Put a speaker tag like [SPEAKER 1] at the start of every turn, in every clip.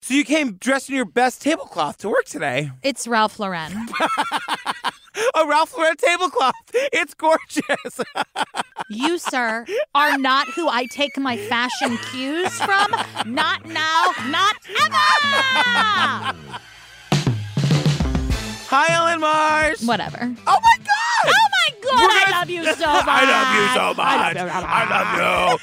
[SPEAKER 1] So you came dressed in your best tablecloth to work today.
[SPEAKER 2] It's Ralph Lauren.
[SPEAKER 1] A Ralph Lauren tablecloth. It's gorgeous.
[SPEAKER 2] You, sir, are not who I take my fashion cues from. Not now, not ever.
[SPEAKER 1] Hi, Ellen Mars.
[SPEAKER 2] Whatever.
[SPEAKER 1] Oh my God.
[SPEAKER 2] Oh my God,
[SPEAKER 1] We're gonna-
[SPEAKER 2] I love you so much.
[SPEAKER 1] I love you so
[SPEAKER 2] I
[SPEAKER 1] much. I love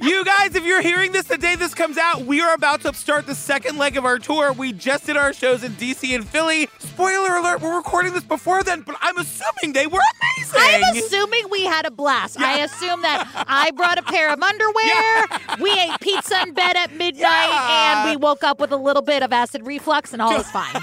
[SPEAKER 1] you. you guys, if you're hearing this the day this comes out, we are about to start the second leg of our tour. We just did our shows in DC and Philly. Spoiler alert, we're recording this before then, but I'm assuming they were amazing.
[SPEAKER 2] I'm assuming we had a blast. I assume that I brought a pair of underwear, we ate pizza in bed at midnight,
[SPEAKER 1] Yeah.
[SPEAKER 2] and we woke up with a little bit of acid reflux, and all is fine.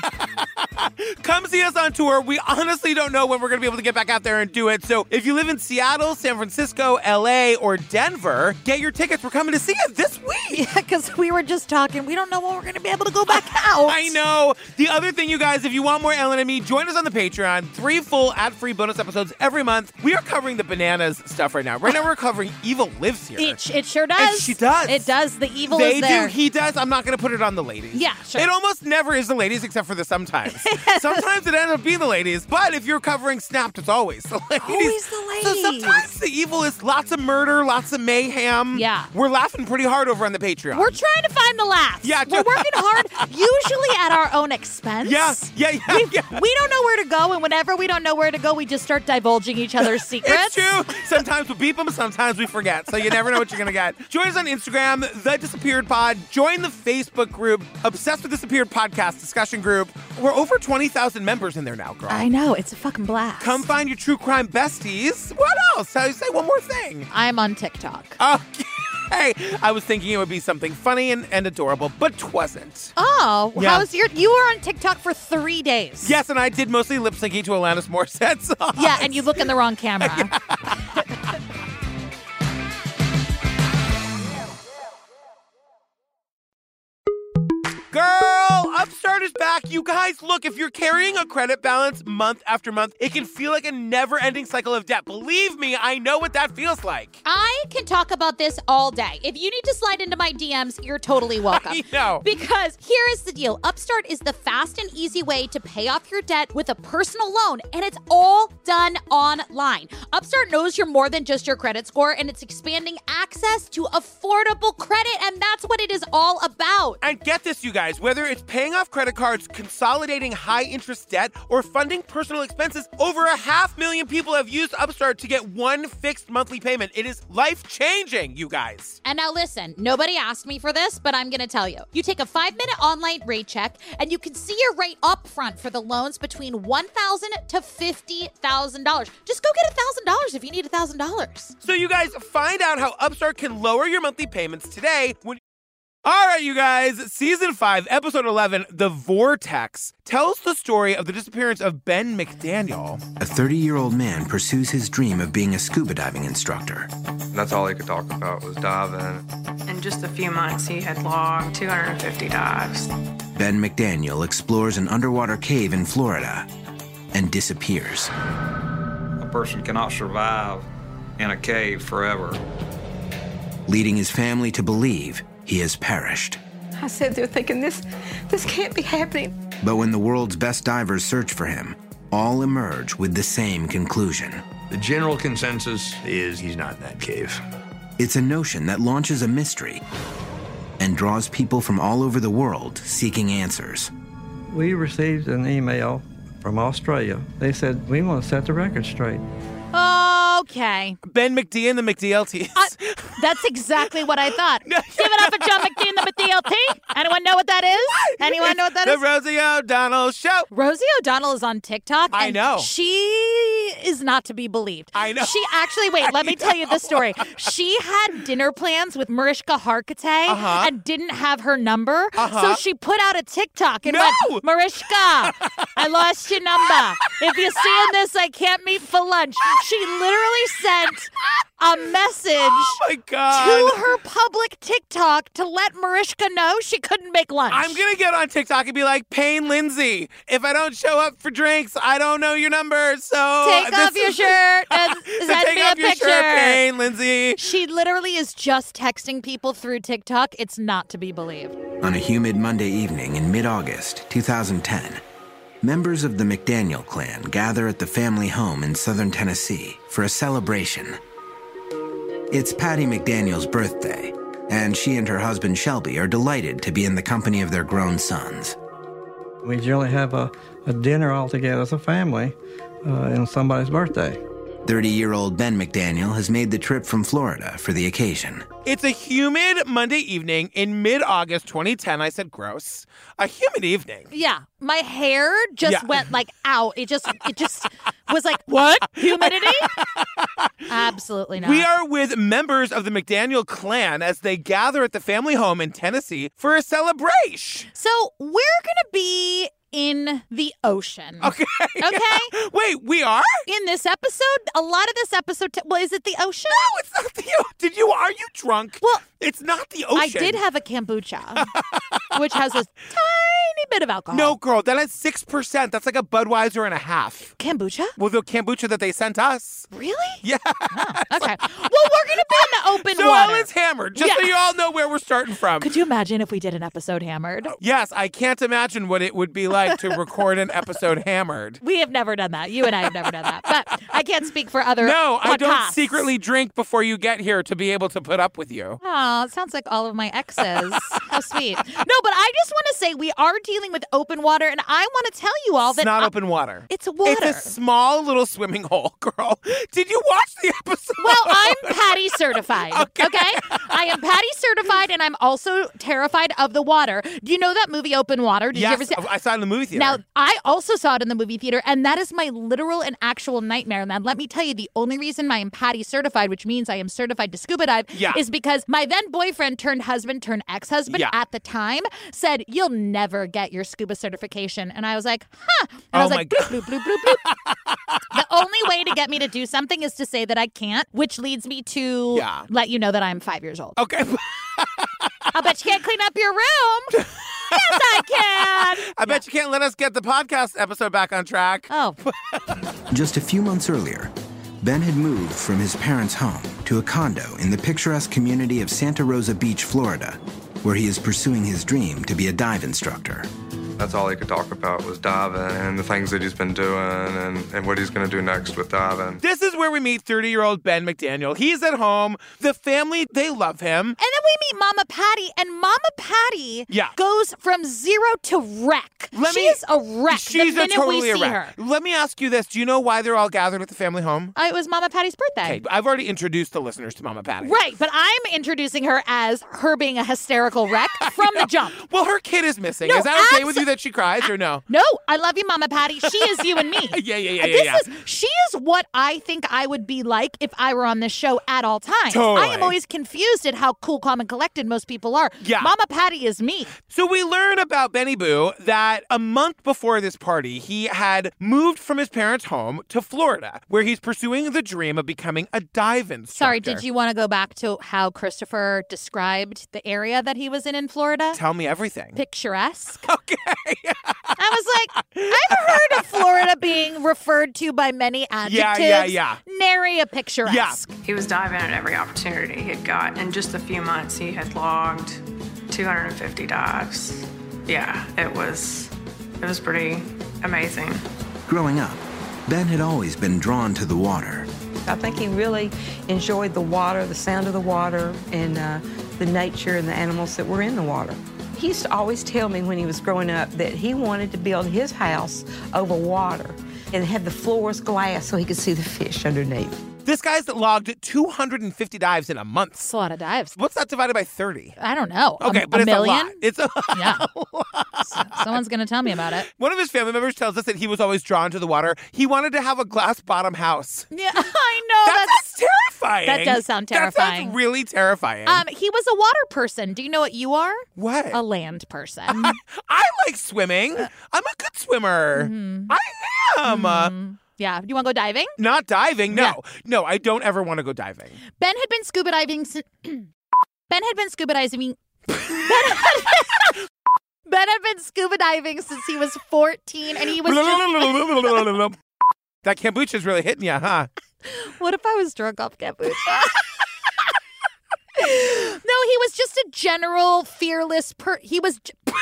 [SPEAKER 1] Come see us on tour. We honestly don't know when we're going to be able to get back out there and do it. So if you live in Seattle, San Francisco, LA, or Denver, get your tickets. We're coming to see you this week.
[SPEAKER 2] Because we were just talking, we don't know when we're going to be able to go back out.
[SPEAKER 1] I know. The other thing, you guys, if you want more Ellen and me, join us on the Patreon. Three full ad free bonus episodes every month. We are covering the bananas stuff right now. Right now, we're covering Evil Lives Here.
[SPEAKER 2] It, it sure does.
[SPEAKER 1] she does.
[SPEAKER 2] It does. The evil
[SPEAKER 1] they
[SPEAKER 2] is there.
[SPEAKER 1] do, he does. I'm not going to put it on the ladies.
[SPEAKER 2] Yeah, sure.
[SPEAKER 1] It almost never is the ladies, except for the sometimes. sometimes it ends up being the ladies, but if you're covering Snapped, it's always the ladies.
[SPEAKER 2] Always the
[SPEAKER 1] So
[SPEAKER 2] ladies.
[SPEAKER 1] sometimes the evil is lots of murder, lots of mayhem.
[SPEAKER 2] Yeah.
[SPEAKER 1] We're laughing pretty hard over on the Patreon.
[SPEAKER 2] We're trying to find the laughs.
[SPEAKER 1] Yeah,
[SPEAKER 2] we're
[SPEAKER 1] just-
[SPEAKER 2] working hard, usually at our own expense.
[SPEAKER 1] yeah, yeah, yeah, yeah.
[SPEAKER 2] We don't know where to go, and whenever we don't know where to go, we just start divulging each other's
[SPEAKER 1] It's
[SPEAKER 2] secrets.
[SPEAKER 1] true. Sometimes we beep them, sometimes we forget. So you never know what you're going to get. Join us on Instagram, The Disappeared Pod. Join the Facebook group, Obsessed with Disappeared Podcast discussion group. We're over 20,000 members in there now, girl.
[SPEAKER 2] I know it's a fucking blast.
[SPEAKER 1] Come find your true crime besties. What else? How you say one more thing?
[SPEAKER 2] I'm on TikTok.
[SPEAKER 1] Okay. I was thinking it would be something funny and, and adorable, but twasn't.
[SPEAKER 2] Oh,
[SPEAKER 1] Uh, Yeah.
[SPEAKER 2] how's your? You were on TikTok for three days.
[SPEAKER 1] Yes, and I did mostly lip syncing to Alanis Morissette's song.
[SPEAKER 2] Yeah, and you look in the wrong camera.
[SPEAKER 1] Girl, Upstart is back. You guys, look, if you're carrying a credit balance month after month, it can feel like a never ending cycle of debt. Believe me, I know what that feels like.
[SPEAKER 2] I can talk about this all day. If you need to slide into my DMs, you're totally welcome.
[SPEAKER 1] I know.
[SPEAKER 2] Because here is the deal Upstart is the fast and easy way to pay off your debt with a personal loan, and it's all done online. Upstart knows you're more than just your credit score, and it's expanding access to affordable credit, and that's what it is all about.
[SPEAKER 1] And get this, you guys, whether it's paying off credit cards, consolidating high interest debt, or funding personal expenses, over a half million people have used Upstart to get one fixed monthly payment. It is life changing, you guys.
[SPEAKER 2] And now listen, nobody asked me for this, but I'm going to tell you. You take a five minute online rate check and you can see your rate up front for the loans between $1,000 to $50,000. Just go get $1,000 if you need $1,000.
[SPEAKER 1] So you guys find out how Upstart can lower your monthly payments today when all right, you guys, season five, episode 11, The Vortex, tells the story of the disappearance of Ben McDaniel.
[SPEAKER 3] A 30 year old man pursues his dream of being a scuba diving instructor.
[SPEAKER 4] And that's all he could talk about was diving.
[SPEAKER 5] In just a few months, he had logged 250 dives.
[SPEAKER 3] Ben McDaniel explores an underwater cave in Florida and disappears.
[SPEAKER 4] A person cannot survive in a cave forever.
[SPEAKER 3] leading his family to believe he has perished.
[SPEAKER 6] I sat there thinking, this, this can't be happening.
[SPEAKER 3] But when the world's best divers search for him, all emerge with the same conclusion.
[SPEAKER 7] The general consensus is he's not in that cave.
[SPEAKER 3] It's a notion that launches a mystery and draws people from all over the world seeking answers.
[SPEAKER 8] We received an email from Australia. They said, We want to set the record straight.
[SPEAKER 2] Okay.
[SPEAKER 1] Ben McD and the McDLTs.
[SPEAKER 2] Uh, That's exactly what I thought. Give it up for John McDean, the DLT. Anyone know what that is? Anyone know what that
[SPEAKER 1] the
[SPEAKER 2] is?
[SPEAKER 1] Rosie O'Donnell Show. Oh
[SPEAKER 2] Rosie O'Donnell is on TikTok.
[SPEAKER 1] I
[SPEAKER 2] and
[SPEAKER 1] know.
[SPEAKER 2] She is not to be believed.
[SPEAKER 1] I know.
[SPEAKER 2] She actually, wait, let me tell you the story. She had dinner plans with Mariska Hargitay
[SPEAKER 1] Uh-huh.
[SPEAKER 2] and didn't have her number. So she put out a TikTok and
[SPEAKER 1] No!
[SPEAKER 2] went, Mariska, I lost your number. If you're seeing this, I can't meet for lunch. She literally sent a message
[SPEAKER 1] my
[SPEAKER 2] to
[SPEAKER 1] god.
[SPEAKER 2] her public TikTok to let Marishka know she couldn't make lunch.
[SPEAKER 1] I'm gonna get on TikTok and be like, Payne Lindsay, if I don't show up for drinks, I don't know your number. So
[SPEAKER 2] take
[SPEAKER 1] this
[SPEAKER 2] off your
[SPEAKER 1] is-
[SPEAKER 2] shirt and
[SPEAKER 1] So
[SPEAKER 2] send
[SPEAKER 1] take
[SPEAKER 2] me
[SPEAKER 1] off
[SPEAKER 2] a
[SPEAKER 1] your
[SPEAKER 2] picture.
[SPEAKER 1] shirt, Payne Lindsay.
[SPEAKER 2] She literally is just texting people through TikTok. It's not to be believed.
[SPEAKER 3] On a humid Monday evening in mid August 2010, members of the McDaniel clan gather at the family home in southern Tennessee for a celebration. It's Patty McDaniel's birthday, and she and her husband Shelby are delighted to be in the company of their grown sons.
[SPEAKER 8] We generally have a, a dinner all together as a family uh, on somebody's birthday.
[SPEAKER 3] 30 year old Ben McDaniel has made the trip from Florida for the occasion.
[SPEAKER 1] It's a humid Monday evening in mid August 2010. I said gross. A humid evening.
[SPEAKER 2] Yeah, my hair just
[SPEAKER 1] Yeah.
[SPEAKER 2] went like out. It just, it just was like what humidity? Absolutely not.
[SPEAKER 1] We are with members of the McDaniel clan as they gather at the family home in Tennessee for a celebration.
[SPEAKER 2] so we're gonna be in the ocean.
[SPEAKER 1] Okay.
[SPEAKER 2] Okay.
[SPEAKER 1] Wait, we are?
[SPEAKER 2] In this episode, a lot of this episode, t- well, is it the ocean?
[SPEAKER 1] No, it's not the ocean. Did you? Are you drunk?
[SPEAKER 2] Well,
[SPEAKER 1] it's not the ocean.
[SPEAKER 2] I did have a kombucha, which has a tiny bit of alcohol.
[SPEAKER 1] No, girl, that is six percent. That's like a Budweiser and a half.
[SPEAKER 2] kombucha.
[SPEAKER 1] Well, the kombucha that they sent us.
[SPEAKER 2] Really? Oh,
[SPEAKER 1] Yeah.
[SPEAKER 2] Okay. well, we're gonna be in the open
[SPEAKER 1] so
[SPEAKER 2] water.
[SPEAKER 1] Ellen's hammered. Just so
[SPEAKER 2] Yeah.
[SPEAKER 1] you all know where we're starting from.
[SPEAKER 2] Could you imagine if we did an episode hammered?
[SPEAKER 1] Yes, I can't imagine what it would be like to record an episode hammered.
[SPEAKER 2] We have never done that. You and I have never done that. But I can't speak for other.
[SPEAKER 1] No, I don't
[SPEAKER 2] podcasts.
[SPEAKER 1] secretly drink before you get here to be able to put up with you.
[SPEAKER 2] Oh, it sounds like all of my exes. How sweet. No, but I just want to say we are dealing with open water, and I want to tell you all
[SPEAKER 1] It's
[SPEAKER 2] that
[SPEAKER 1] not
[SPEAKER 2] I-
[SPEAKER 1] open water.
[SPEAKER 2] It's water.
[SPEAKER 1] It's a small little swimming hole, girl. Did you watch the episode?
[SPEAKER 2] well, I'm Patty certified. Okay. I am Patty certified, and I'm also terrified of the water. Do you know that movie Open Water? Did you ever
[SPEAKER 1] yes,
[SPEAKER 2] see?
[SPEAKER 1] I saw it in the movie theater.
[SPEAKER 2] Now, I also saw it in the movie theater, and that is my literal and actual nightmare. And let me tell you, the only reason I am Patty certified, which means I am certified to scuba dive,
[SPEAKER 1] Yeah.
[SPEAKER 2] is because my then boyfriend turned husband turned ex husband
[SPEAKER 1] Yeah.
[SPEAKER 2] at the time said, You'll never get your scuba certification. And I was like, Huh. And I
[SPEAKER 1] Oh
[SPEAKER 2] was
[SPEAKER 1] my
[SPEAKER 2] like, bloop, bloop, bloop, bloop, bloop. the only way to get me to do something is to say that I can't, which leads me to
[SPEAKER 1] Yeah. Oh.
[SPEAKER 2] let you know that I'm five years old.
[SPEAKER 1] okay.
[SPEAKER 2] I bet you can't clean up your room. yes, I can.
[SPEAKER 1] I bet you can't let us get the podcast episode back on track.
[SPEAKER 2] Oh,
[SPEAKER 3] Just a few months earlier, Ben had moved from his parents' home to a condo in the picturesque community of Santa Rosa Beach, Florida, where he is pursuing his dream to be a dive instructor.
[SPEAKER 4] That's all he could talk about was diving and the things that he's been doing and, and what he's going to do next with diving.
[SPEAKER 1] This is where we meet 30 year old Ben McDaniel. He's at home. The family, they love him.
[SPEAKER 2] And then we meet Mama Patty, and Mama Patty
[SPEAKER 1] Yeah.
[SPEAKER 2] goes from zero to wreck.
[SPEAKER 1] Let
[SPEAKER 2] she
[SPEAKER 1] me-
[SPEAKER 2] is a wreck
[SPEAKER 1] She's a
[SPEAKER 2] the minute
[SPEAKER 1] totally
[SPEAKER 2] we see
[SPEAKER 1] a wreck.
[SPEAKER 2] her.
[SPEAKER 1] Let me ask you this Do you know why they're all gathered at the family home?
[SPEAKER 2] Uh, it was Mama Patty's birthday.
[SPEAKER 1] Okay, I've already introduced the listeners to Mama Patty.
[SPEAKER 2] Right, but I'm introducing her as her being a hysterical wreck from the jump.
[SPEAKER 1] Well, her kid is missing.
[SPEAKER 2] No,
[SPEAKER 1] is that okay
[SPEAKER 2] abso-
[SPEAKER 1] with you that she cries or no?
[SPEAKER 2] No, I love you, Mama Patty. She is you and me.
[SPEAKER 1] Yeah, yeah, yeah,
[SPEAKER 2] This
[SPEAKER 1] yeah,
[SPEAKER 2] is she is what I think I would be like if I were on this show at all times. I
[SPEAKER 1] Totally.
[SPEAKER 2] am always confused at how cool, calm, and collected most people are.
[SPEAKER 1] Yeah.
[SPEAKER 2] Mama Patty is me.
[SPEAKER 1] So we learn about Benny Boo that a month before this party, he had moved from his parents' home to Florida, where he's pursuing the dream of becoming a dive instructor.
[SPEAKER 2] Sorry, did you want to go back to how Christopher described the area that he was in in Florida?
[SPEAKER 1] Tell me everything.
[SPEAKER 2] Picturesque.
[SPEAKER 1] Okay.
[SPEAKER 2] I was like, I've heard of Florida being referred to by many adjectives.
[SPEAKER 1] yeah, yeah.
[SPEAKER 2] Nary a picturesque.
[SPEAKER 5] He was diving at every opportunity he had got. In just a few months, he had logged 250 dives. Yeah, it was it was pretty amazing.
[SPEAKER 3] Growing up, Ben had always been drawn to the water.
[SPEAKER 6] I think he really enjoyed the water, the sound of the water, and uh, the nature and the animals that were in the water. He used to always tell me when he was growing up that he wanted to build his house over water and have the floors glass so he could see the fish underneath.
[SPEAKER 1] This guy's logged 250 dives in a month.
[SPEAKER 2] That's a lot of dives.
[SPEAKER 1] What's that divided by 30?
[SPEAKER 2] I don't know. A-
[SPEAKER 1] Okay,
[SPEAKER 2] a,
[SPEAKER 1] but it's
[SPEAKER 2] million?
[SPEAKER 1] a lot. It's a
[SPEAKER 2] Yeah. So- Someone's going to tell me about it.
[SPEAKER 1] One of his family members tells us that he was always drawn to the water. He wanted to have a glass bottom house.
[SPEAKER 2] Yeah, I know.
[SPEAKER 1] that
[SPEAKER 2] Oh, That's.
[SPEAKER 1] sounds terrifying.
[SPEAKER 2] that does sound
[SPEAKER 1] That
[SPEAKER 2] terrifying.
[SPEAKER 1] sounds really terrifying.
[SPEAKER 2] Um, he was a water person. Do you know what you are?
[SPEAKER 1] what?
[SPEAKER 2] A land person. uh, Mm-hmm.
[SPEAKER 1] I like swimming. I'm a good swimmer. I am. Uh,
[SPEAKER 2] Yeah. Do you want to go diving?
[SPEAKER 1] Not diving. No, no, I don't ever want to go diving.
[SPEAKER 2] Ben had been scuba diving. Since, ben had been scuba diving. Ben had, ben had been scuba diving since he was 14, and he was. Just,
[SPEAKER 1] that kombucha's really hitting you, huh?
[SPEAKER 2] what if I was drunk off kombucha? no, he was just a general fearless per. He was. j-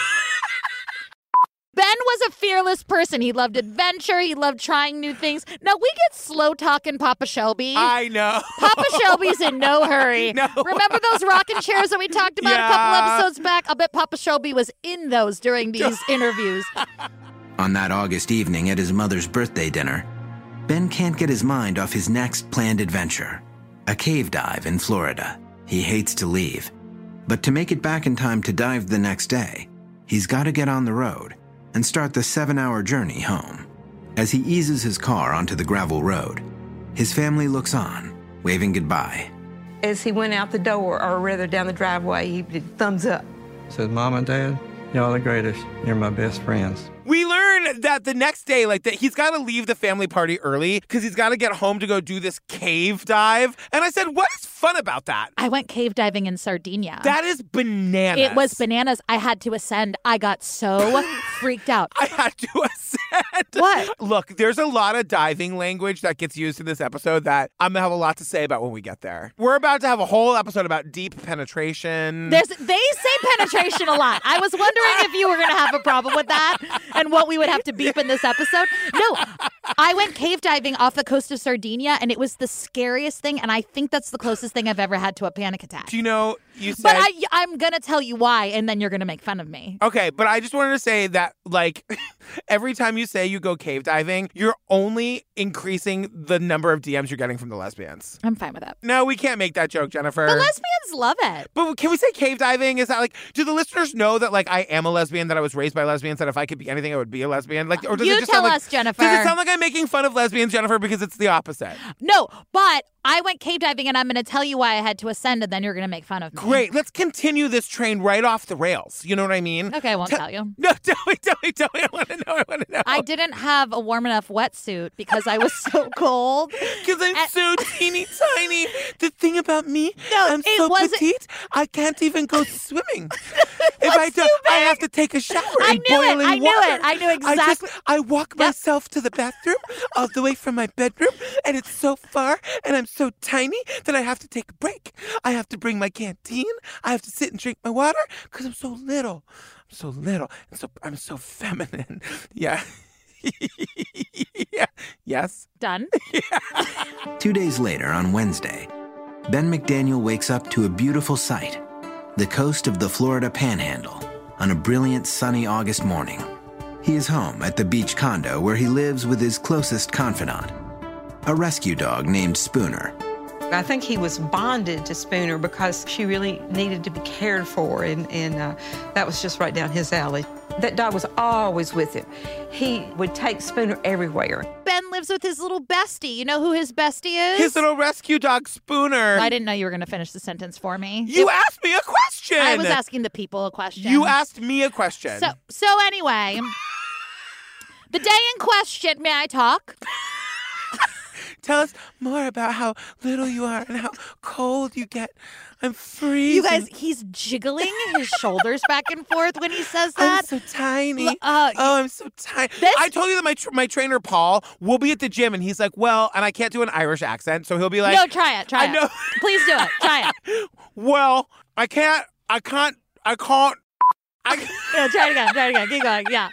[SPEAKER 2] Ben was a fearless person. He loved adventure. He loved trying new things. Now we get slow talking Papa Shelby.
[SPEAKER 1] I know.
[SPEAKER 2] Papa Shelby's in no hurry.
[SPEAKER 1] No.
[SPEAKER 2] Remember those rocking chairs that we talked about a couple
[SPEAKER 3] Yeah.
[SPEAKER 2] episodes back? I'll bet Papa Shelby was in those during these interviews.
[SPEAKER 3] On that August evening at his mother's birthday dinner, Ben can't get his mind off his next planned adventure a cave dive in Florida. He hates to leave, but to make it back in time to dive the next day, he's got to get on the road and start the seven hour journey home. As he eases his car onto the gravel road, his family looks on, waving goodbye.
[SPEAKER 6] As he went out the door, or rather down the driveway, he did thumbs up.
[SPEAKER 8] Said, Mom and Dad, y'all the greatest. You're my best friends.
[SPEAKER 1] We learn that the next day, like that, he's got to leave the family party early because he's got to get home to go do this cave dive. And I said, "What is fun about that?"
[SPEAKER 2] I went cave diving in Sardinia.
[SPEAKER 1] That is bananas.
[SPEAKER 2] It was bananas. I had to ascend. I got so freaked out.
[SPEAKER 1] I had to ascend.
[SPEAKER 2] What?
[SPEAKER 1] Look, there's a lot of diving language that gets used in this episode that I'm gonna have a lot to say about when we get there. We're about to have a whole episode about deep penetration.
[SPEAKER 2] There's, they say penetration a lot. I was wondering if you were going to have a problem with that and what we would have to beep in this episode. No, I went cave diving off the coast of Sardinia and it was the scariest thing. And I think that's the closest thing I've ever had to a panic attack.
[SPEAKER 1] Do you know you said?
[SPEAKER 2] But I, I'm going to tell you why and then you're going to make fun of me.
[SPEAKER 1] Okay, but I just wanted to say that, like, every time you say you go cave diving, you're only increasing the number of DMs you're getting from the lesbians.
[SPEAKER 2] I'm fine with that.
[SPEAKER 1] No, we can't make that joke, Jennifer.
[SPEAKER 2] The lesbians love it.
[SPEAKER 1] but can we say cave diving? Is that like, do the listeners know that like I am a lesbian, that I was raised by lesbians, that if I could be anything, I would be a lesbian? Like, or does
[SPEAKER 2] You
[SPEAKER 1] it just
[SPEAKER 2] tell
[SPEAKER 1] sound like,
[SPEAKER 2] us, Jennifer.
[SPEAKER 1] Does it sound like I'm making fun of lesbians, Jennifer? Because it's the opposite.
[SPEAKER 2] No, but I went cave diving and I'm going to tell you why I had to ascend and then you're going to make fun of me.
[SPEAKER 1] Great. Let's continue this train right off the rails. You know what I mean?
[SPEAKER 2] Okay, I won't
[SPEAKER 1] Te-
[SPEAKER 2] tell you.
[SPEAKER 1] No, tell me, tell me, tell me. I want to know. I want to know.
[SPEAKER 2] I didn't have a warm enough wetsuit because I was so cold.
[SPEAKER 1] Because I'm so teeny tiny. The thing about me, I'm
[SPEAKER 2] it
[SPEAKER 1] so
[SPEAKER 2] wasn't-
[SPEAKER 1] petite, I can't even go swimming. if I don't, I have to take a shower
[SPEAKER 2] I
[SPEAKER 1] in
[SPEAKER 2] knew it.
[SPEAKER 1] boiling
[SPEAKER 2] I knew
[SPEAKER 1] water.
[SPEAKER 2] it. I knew
[SPEAKER 1] I,
[SPEAKER 2] exactly-
[SPEAKER 1] just, I walk myself to the bathroom all the way from my bedroom, and it's so far, and I'm so tiny that I have to take a break. I have to bring my canteen. I have to sit and drink my water because I'm so little. I'm so little, and so I'm so feminine. Yeah. yeah. Yes.
[SPEAKER 2] Done.
[SPEAKER 3] Two days later, on Wednesday, Ben McDaniel wakes up to a beautiful sight the coast of the Florida Panhandle on a brilliant sunny August morning. He is home at the beach condo where he lives with his closest confidant, a rescue dog named Spooner.
[SPEAKER 6] I think he was bonded to Spooner because she really needed to be cared for, and, and uh, that was just right down his alley. That dog was always with him. He would take Spooner everywhere.
[SPEAKER 2] Ben lives with his little bestie. You know who his bestie is?
[SPEAKER 1] His little rescue dog Spooner.
[SPEAKER 2] I didn't know you were going to finish the sentence for me.
[SPEAKER 1] You asked me a question.
[SPEAKER 2] I was asking the people a question.
[SPEAKER 1] You asked me a question.
[SPEAKER 2] So so anyway, the day in question. May I talk?
[SPEAKER 1] Tell us more about how little you are and how cold you get. I'm freezing.
[SPEAKER 2] You guys, he's jiggling his shoulders back and forth when he says
[SPEAKER 1] I'm
[SPEAKER 2] that.
[SPEAKER 1] so tiny.
[SPEAKER 2] L- uh,
[SPEAKER 1] oh, I'm so tiny.
[SPEAKER 2] This-
[SPEAKER 1] I told you that my tr- my trainer Paul will be at the gym, and he's like, "Well," and I can't do an Irish accent, so he'll be Oh, like,
[SPEAKER 2] no, try it.
[SPEAKER 1] I
[SPEAKER 2] Try it.
[SPEAKER 1] know.
[SPEAKER 2] Please do it. Try it.
[SPEAKER 1] "Well, I can't. I can't. I can't. I,
[SPEAKER 2] Yeah, try it again. Try it again. Keep going. Yeah.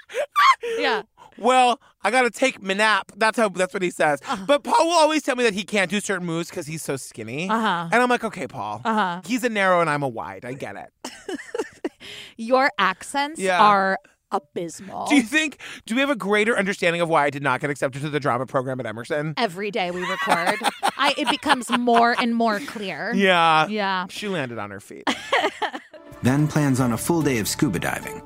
[SPEAKER 2] Yeah.
[SPEAKER 1] well, I gotta take my nap." That's how. That's what he says.
[SPEAKER 2] Uh-huh.
[SPEAKER 1] But Paul will always tell me that he can't do certain moves because he's so skinny.
[SPEAKER 2] Uh huh.
[SPEAKER 1] And I'm like, okay, Paul.
[SPEAKER 2] Uh huh.
[SPEAKER 1] He's a narrow and I'm a wide. I get it.
[SPEAKER 2] Your accents
[SPEAKER 1] Yeah.
[SPEAKER 2] are abysmal.
[SPEAKER 1] Do you think, do we have a greater understanding of why I did not get accepted to the drama program at Emerson?
[SPEAKER 2] Every day we record, I it becomes more and more clear.
[SPEAKER 1] Yeah.
[SPEAKER 2] Yeah.
[SPEAKER 1] She landed on her feet.
[SPEAKER 3] Ben plans on a full day of scuba diving,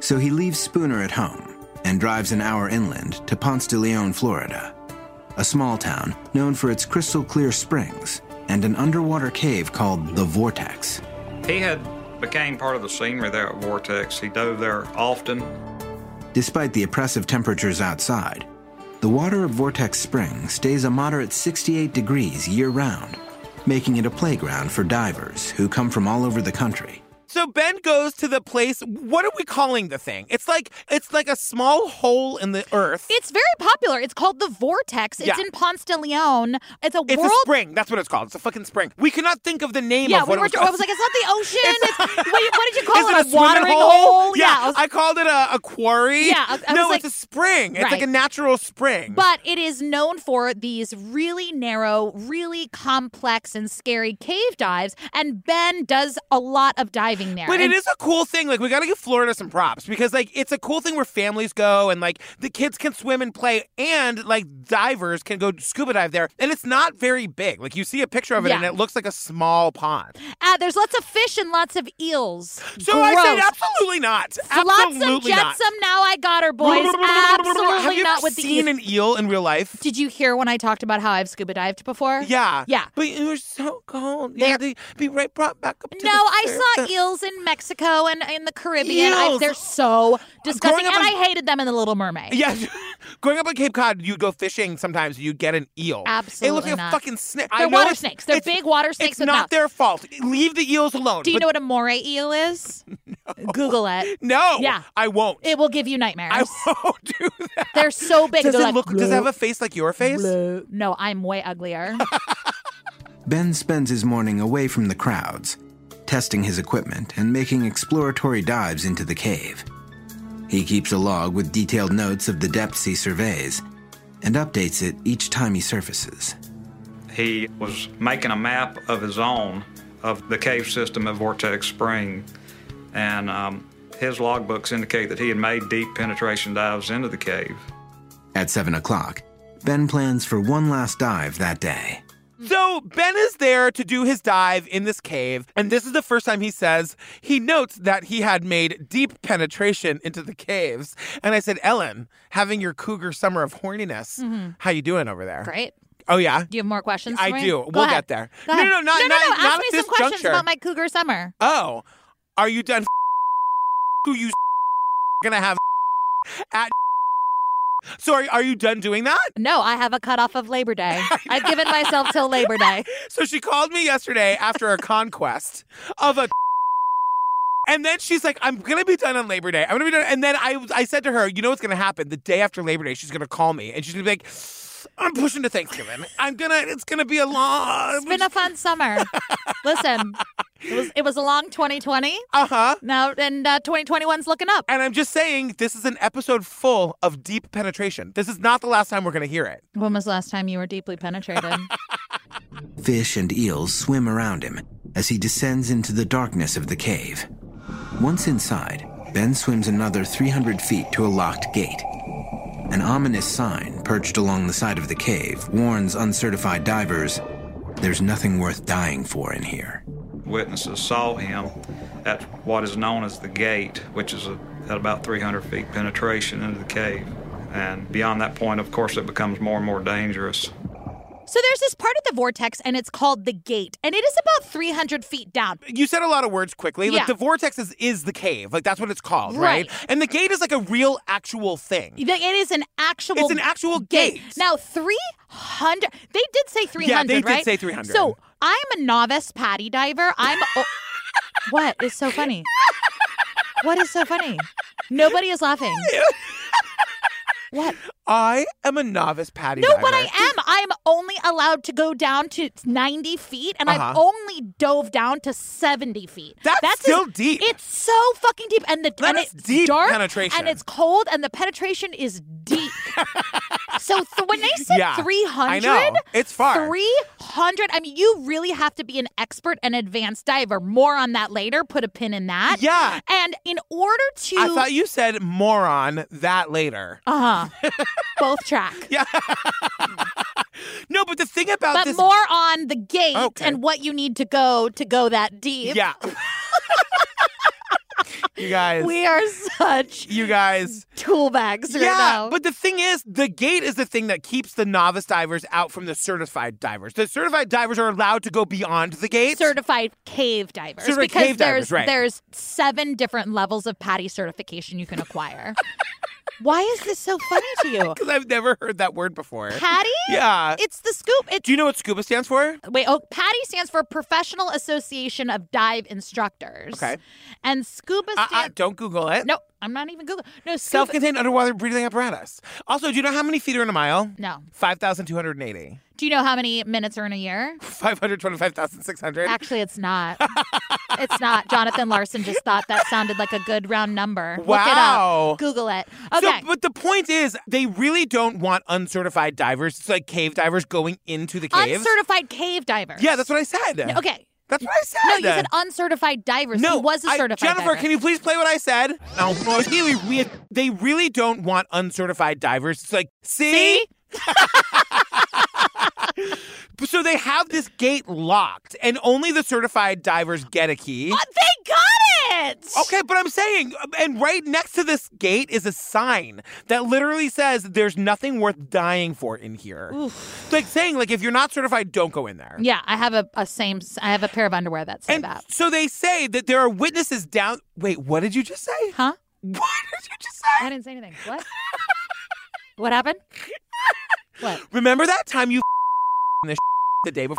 [SPEAKER 3] so he leaves Spooner at home and drives an hour inland to Ponce de Leon, Florida, a small town known for its crystal clear springs and an underwater cave called the Vortex.
[SPEAKER 7] He had became part of the scenery there at Vortex. He dove there often.
[SPEAKER 3] Despite the oppressive temperatures outside, The water of Vortex Spring stays a moderate 68 degrees year round, making it a playground for divers who come from all over the country.
[SPEAKER 1] So Ben goes to the place. What are we calling the thing? It's like it's like a small hole in the earth.
[SPEAKER 2] It's very popular. It's called the Vortex. It's
[SPEAKER 1] Yeah.
[SPEAKER 2] in Ponce de Leon. It's a
[SPEAKER 1] It's
[SPEAKER 2] world.
[SPEAKER 1] a spring. That's what it's called. It's a fucking spring. We could not think of the name
[SPEAKER 2] yeah,
[SPEAKER 1] of what
[SPEAKER 2] we were.
[SPEAKER 1] it was.
[SPEAKER 2] I was like, it's not the ocean. it's, what, what did you call
[SPEAKER 1] Is
[SPEAKER 2] it?
[SPEAKER 1] it a
[SPEAKER 2] watering
[SPEAKER 1] swimming hole?
[SPEAKER 2] Yeah.
[SPEAKER 1] Yeah,
[SPEAKER 2] I was-
[SPEAKER 1] I called it a, a quarry.
[SPEAKER 2] Yeah, I- I
[SPEAKER 1] no,
[SPEAKER 2] was
[SPEAKER 1] it's
[SPEAKER 2] like-
[SPEAKER 1] a spring. It's like a
[SPEAKER 2] Right.
[SPEAKER 1] natural spring.
[SPEAKER 2] But it is known for these really narrow, really complex, and scary cave dives. And Ben does a lot of diving there.
[SPEAKER 1] But
[SPEAKER 2] And-
[SPEAKER 1] it is a cool thing. Like we got to give Florida some props because like it's a cool thing where families go and like the kids can swim and play, and like divers can go scuba dive there, and it's not very big. Like you see a picture of it,
[SPEAKER 2] Yeah.
[SPEAKER 1] and it looks like a small pond.
[SPEAKER 2] Ah, there's lots of fish and lots of eels.
[SPEAKER 1] So I said
[SPEAKER 2] Gross.
[SPEAKER 1] absolutely not.
[SPEAKER 2] Flotsam
[SPEAKER 1] absolutely not.
[SPEAKER 2] jetsam. Now I got her, boys. absolutely
[SPEAKER 1] Have you
[SPEAKER 2] not
[SPEAKER 1] ever
[SPEAKER 2] with the
[SPEAKER 1] seen
[SPEAKER 2] eels.
[SPEAKER 1] an eel in real life?
[SPEAKER 2] Did you hear when I talked about how I've scuba dived before?
[SPEAKER 1] Yeah.
[SPEAKER 2] Yeah.
[SPEAKER 1] But it was so cold. Yeah, they be right brought back up to
[SPEAKER 2] No,
[SPEAKER 1] the
[SPEAKER 2] I saw
[SPEAKER 1] surface.
[SPEAKER 2] eels in Mexico and in the Caribbean. I,
[SPEAKER 1] Eels.
[SPEAKER 2] they're so disgusting,
[SPEAKER 1] up
[SPEAKER 2] and
[SPEAKER 1] on-
[SPEAKER 2] I hated them in The Little Mermaid.
[SPEAKER 1] Yeah, growing up on Cape Cod, you'd go fishing sometimes. and You'd get an eel. it looks
[SPEAKER 2] Absolutely
[SPEAKER 1] like
[SPEAKER 2] not.
[SPEAKER 1] a fucking snake. I
[SPEAKER 2] They're
[SPEAKER 1] know
[SPEAKER 2] water
[SPEAKER 1] it's-
[SPEAKER 2] snakes. They're
[SPEAKER 1] it's-
[SPEAKER 2] big water snakes
[SPEAKER 1] It's
[SPEAKER 2] with
[SPEAKER 1] not
[SPEAKER 2] mouths.
[SPEAKER 1] their fault. Leave the eels alone.
[SPEAKER 2] Do you
[SPEAKER 1] But
[SPEAKER 2] know what a moray eel is? Google it.
[SPEAKER 1] No.
[SPEAKER 2] Yeah.
[SPEAKER 1] I won't.
[SPEAKER 2] It will give you nightmares.
[SPEAKER 1] I won't do that.
[SPEAKER 2] They're so big.
[SPEAKER 1] Does
[SPEAKER 2] they're
[SPEAKER 1] it
[SPEAKER 2] like,
[SPEAKER 1] look? Does it have a face like your face?
[SPEAKER 2] No, I'm way uglier.
[SPEAKER 3] Ben spends his morning away from the crowds, testing his equipment and making exploratory dives into the cave. He keeps a log with detailed notes of the depths he surveys and updates it each time he surfaces.
[SPEAKER 7] He was making a map of his own of the cave system at Vortex Spring, and um, his logbooks indicate that he had made deep penetration dives into the cave.
[SPEAKER 3] At 7 o'clock, Ben plans for one last dive that day.
[SPEAKER 1] So Ben is there to do his dive in this cave, and this is the first time he says he notes that he had made deep penetration into the caves. And I said, Ellen, having your cougar summer of horniness, how you doing over there?
[SPEAKER 2] Mm-hmm. Great.
[SPEAKER 1] Oh yeah,
[SPEAKER 2] Do you have more questions?
[SPEAKER 1] I
[SPEAKER 2] for me?
[SPEAKER 1] do.
[SPEAKER 2] Go
[SPEAKER 1] We'll
[SPEAKER 2] ahead.
[SPEAKER 1] get there.
[SPEAKER 2] Go
[SPEAKER 1] No, no,
[SPEAKER 2] ahead.
[SPEAKER 1] no, not-
[SPEAKER 2] no, no,
[SPEAKER 1] not-
[SPEAKER 2] Ask
[SPEAKER 1] not
[SPEAKER 2] me
[SPEAKER 1] at
[SPEAKER 2] some
[SPEAKER 1] this
[SPEAKER 2] questions
[SPEAKER 1] juncture.
[SPEAKER 2] about my cougar summer.
[SPEAKER 1] Oh, are you done? Who you gonna have at? So are, are you done doing that?
[SPEAKER 2] No, I have a cutoff of Labor Day. I've given myself till Labor Day.
[SPEAKER 1] So she called me yesterday after a conquest of a. And then she's like, I'm gonna be done on Labor Day. I'm gonna be done. And then I, I said to her, you know what's gonna happen? The day after Labor Day, she's gonna call me and she's gonna be like, I'm pushing to Thanksgiving. I'm gonna. It's gonna be a long.
[SPEAKER 2] It's been a fun summer. Listen, it was it was a long 2020.
[SPEAKER 1] Uh huh.
[SPEAKER 2] Now and uh, 2021's looking up.
[SPEAKER 1] And I'm just saying, this is an episode full of deep penetration. This is not the last time we're gonna hear it.
[SPEAKER 2] When was the last time you were deeply penetrated?
[SPEAKER 3] Fish and eels swim around him as he descends into the darkness of the cave. Once inside, Ben swims another 300 feet to a locked gate. An ominous sign perched along the side of the cave warns uncertified divers there's nothing worth dying for in here.
[SPEAKER 7] Witnesses saw him at what is known as the gate, which is a, at about 300 feet penetration into the cave. And beyond that point, of course, it becomes more and more dangerous.
[SPEAKER 2] so there's this part of the vortex, and it's called the gate, and it is about 300 feet down.
[SPEAKER 1] you said a lot of words quickly. Like
[SPEAKER 2] Yeah.
[SPEAKER 1] the vortex is, is the cave. Like that's what it's called, right?
[SPEAKER 2] Right.
[SPEAKER 1] And the gate is like a real actual thing.
[SPEAKER 2] Like, It is an actual.
[SPEAKER 1] It's an actual gate.
[SPEAKER 2] Now, 300. They did say 300,
[SPEAKER 1] Yeah, they did
[SPEAKER 2] right?
[SPEAKER 1] say 300.
[SPEAKER 2] So I'm a novice paddy diver. I'm. o- what is so funny? What is so funny? Nobody is laughing. What?
[SPEAKER 1] I am a novice patty.
[SPEAKER 2] No, but I am. I am only allowed to go down to 90 feet, and I've
[SPEAKER 1] Uh-huh.
[SPEAKER 2] only dove down to 70 feet.
[SPEAKER 1] That's
[SPEAKER 2] as-
[SPEAKER 1] still deep.
[SPEAKER 2] It's so fucking deep, and the
[SPEAKER 1] That
[SPEAKER 2] and
[SPEAKER 1] is
[SPEAKER 2] it's
[SPEAKER 1] deep
[SPEAKER 2] dark,
[SPEAKER 1] penetration.
[SPEAKER 2] and it's cold, and the penetration is deep. so th- when they said
[SPEAKER 1] Yeah, I
[SPEAKER 2] 300,
[SPEAKER 1] know. It's far.
[SPEAKER 2] 300. I mean, you really have to be an expert and advanced diver. More on that later. Put a pin in that.
[SPEAKER 1] Yeah.
[SPEAKER 2] And in order to,
[SPEAKER 1] I thought you said moron that later.
[SPEAKER 2] uh huh, both track.
[SPEAKER 1] No, but the thing about
[SPEAKER 2] but
[SPEAKER 1] this.
[SPEAKER 2] more on the gate
[SPEAKER 1] Okay.
[SPEAKER 2] and what you need to go to go that deep.
[SPEAKER 1] yeah. you guys.
[SPEAKER 2] We are such
[SPEAKER 1] you guys.
[SPEAKER 2] tool bags right
[SPEAKER 1] yeah,
[SPEAKER 2] now.
[SPEAKER 1] but the thing is, the gate is the thing that keeps the novice divers out from the certified divers. The certified divers are allowed to go beyond the gate.
[SPEAKER 2] certified cave divers
[SPEAKER 1] Certified
[SPEAKER 2] because
[SPEAKER 1] cave
[SPEAKER 2] there's
[SPEAKER 1] divers, right.
[SPEAKER 2] there's seven different levels of patty certification you can acquire. Why is this so funny to you?
[SPEAKER 1] Because I've never heard that word before.
[SPEAKER 2] Patty?
[SPEAKER 1] Yeah.
[SPEAKER 2] It's the scoop. It's
[SPEAKER 1] Do you know what scuba stands for?
[SPEAKER 2] wait, oh, Patty stands for Professional Association of Dive Instructors.
[SPEAKER 1] Okay.
[SPEAKER 2] And scuba
[SPEAKER 1] Uh, uh,
[SPEAKER 2] stand
[SPEAKER 1] don't Google it.
[SPEAKER 2] No, I'm not even Google. No, scuba
[SPEAKER 1] Self-contained underwater breathing apparatus. Also, do you know how many feet are in a mile?
[SPEAKER 2] No.
[SPEAKER 1] 5,280.
[SPEAKER 2] Do you know how many minutes are in a year?
[SPEAKER 1] 525,600.
[SPEAKER 2] Actually, it's not. it's not. Jonathan Larson just thought that sounded like a good round number. Look it
[SPEAKER 1] Wow.
[SPEAKER 2] up. Google it. Okay.
[SPEAKER 1] So, but the point is, they really don't want uncertified divers. It's like cave divers going into the caves.
[SPEAKER 2] Uncertified cave divers.
[SPEAKER 1] yeah, that's what I said.
[SPEAKER 2] Okay.
[SPEAKER 1] That's what I said.
[SPEAKER 2] No, you said uncertified divers. he was a
[SPEAKER 1] I-
[SPEAKER 2] certified
[SPEAKER 1] Jennifer,
[SPEAKER 2] diver.
[SPEAKER 1] can you please play what I said? No, no, really weird. They really don't want uncertified divers. It's like, see?
[SPEAKER 2] See?
[SPEAKER 1] So they have this gate locked, and only the certified divers get a key.
[SPEAKER 2] But they got it.
[SPEAKER 1] Okay, but I'm saying, uh, and right next to this gate is a sign that literally says there's nothing worth dying for in here. It's Like saying, like if you're not certified, don't go in there.
[SPEAKER 2] Yeah, I have a, a same. I have a pair of underwear that say
[SPEAKER 1] And
[SPEAKER 2] that.
[SPEAKER 1] so they say that there are witnesses down. Wait, what did you just say?
[SPEAKER 2] Huh?
[SPEAKER 1] What did you just say?
[SPEAKER 2] I didn't say anything. What? what happened? What?
[SPEAKER 1] Remember that time you this the day before?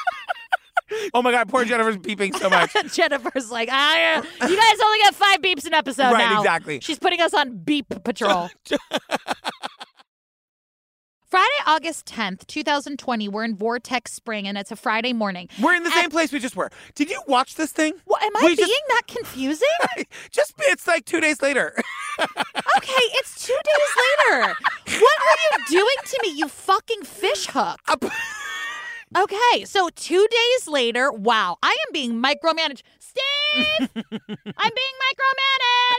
[SPEAKER 1] oh my god, poor Jennifer's beeping so much.
[SPEAKER 2] Jennifer's like, ah, you guys only got five beeps an episode
[SPEAKER 1] Right,
[SPEAKER 2] now.
[SPEAKER 1] exactly.
[SPEAKER 2] She's putting us on beep patrol. Friday, August 10th, 2020, we're in Vortex Spring, and it's a Friday morning.
[SPEAKER 1] We're in the
[SPEAKER 2] And-
[SPEAKER 1] same place we just were. Did you watch this thing?
[SPEAKER 2] What, am I
[SPEAKER 1] We
[SPEAKER 2] being
[SPEAKER 1] just-
[SPEAKER 2] that confusing?
[SPEAKER 1] Just it's like two days later.
[SPEAKER 2] Okay, it's two days later. What are you doing to me, you fucking fish hook? Okay, so two days later, wow, I am being micromanaged. Steve! I'm being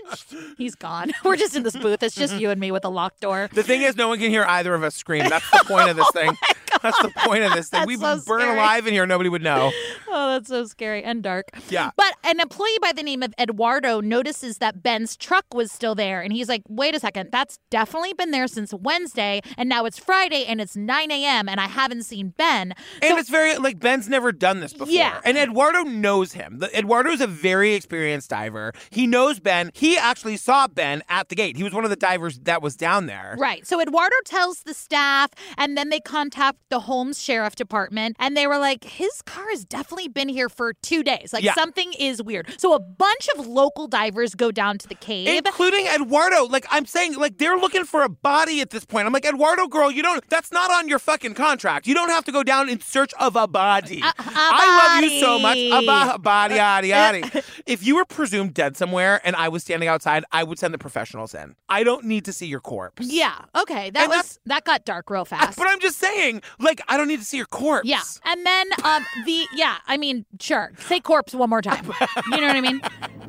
[SPEAKER 2] micromanaged! He's gone. We're just in this booth. It's just you and me with a locked door.
[SPEAKER 1] the thing is, no one can hear either of us scream. That's the point of this thing. That's the point of this thing.
[SPEAKER 2] Oh That's
[SPEAKER 1] We'd
[SPEAKER 2] so
[SPEAKER 1] burn
[SPEAKER 2] scary.
[SPEAKER 1] alive in here. Nobody would know.
[SPEAKER 2] Oh, that's so scary and dark.
[SPEAKER 1] Yeah.
[SPEAKER 2] But an employee by the name of Eduardo notices that Ben's truck was still there. And he's like, wait a second, that's definitely been there since Wednesday. And now it's Friday and it's 9 a.m. and I haven't seen Ben.
[SPEAKER 1] And it's very like Ben's never done this before.
[SPEAKER 2] Yeah.
[SPEAKER 1] And Eduardo knows him. The, Eduardo's a very experienced diver. He knows Ben. He actually saw Ben at the gate. He was one of the divers that was down there.
[SPEAKER 2] Right. So Eduardo tells the staff, and then they contact the Holmes Sheriff Department, and they were like, his car has definitely been here for two days. Like,
[SPEAKER 1] Yeah.
[SPEAKER 2] something is weird. So a bunch of local divers go down to the cave.
[SPEAKER 1] Including Eduardo. Like, I'm saying, like, they're looking for a body at this point. I'm like, Eduardo, girl, you don't, that's not on your fucking contract. You don't have to go down in search of a body. I love you so much.
[SPEAKER 2] body.
[SPEAKER 1] A bo- body, body, body. if you were presumed dead somewhere and I was standing outside, I would send the professionals in. I don't need to see your corpse.
[SPEAKER 2] yeah. Okay. That
[SPEAKER 1] And
[SPEAKER 2] was that got dark real fast.
[SPEAKER 1] But I'm just saying, like, I don't need to see your corpse.
[SPEAKER 2] yeah. And then um the yeah, I mean, sure. Say corpse one more time. You know what I mean?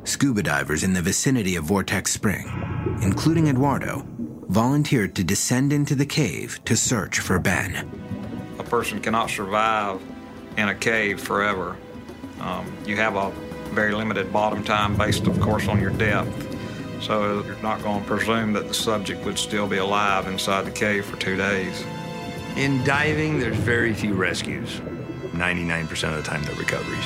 [SPEAKER 3] Scuba divers in the vicinity of Vortex Spring, including Eduardo, volunteered to descend into the cave to search for Ben.
[SPEAKER 7] a person cannot survive in a cave forever. Um, you have a very limited bottom time based, of course, on your depth. So you're not going to presume that the subject would still be alive inside the cave for two days.
[SPEAKER 9] In diving, there's very few rescues. 99% of the time, they're recoveries.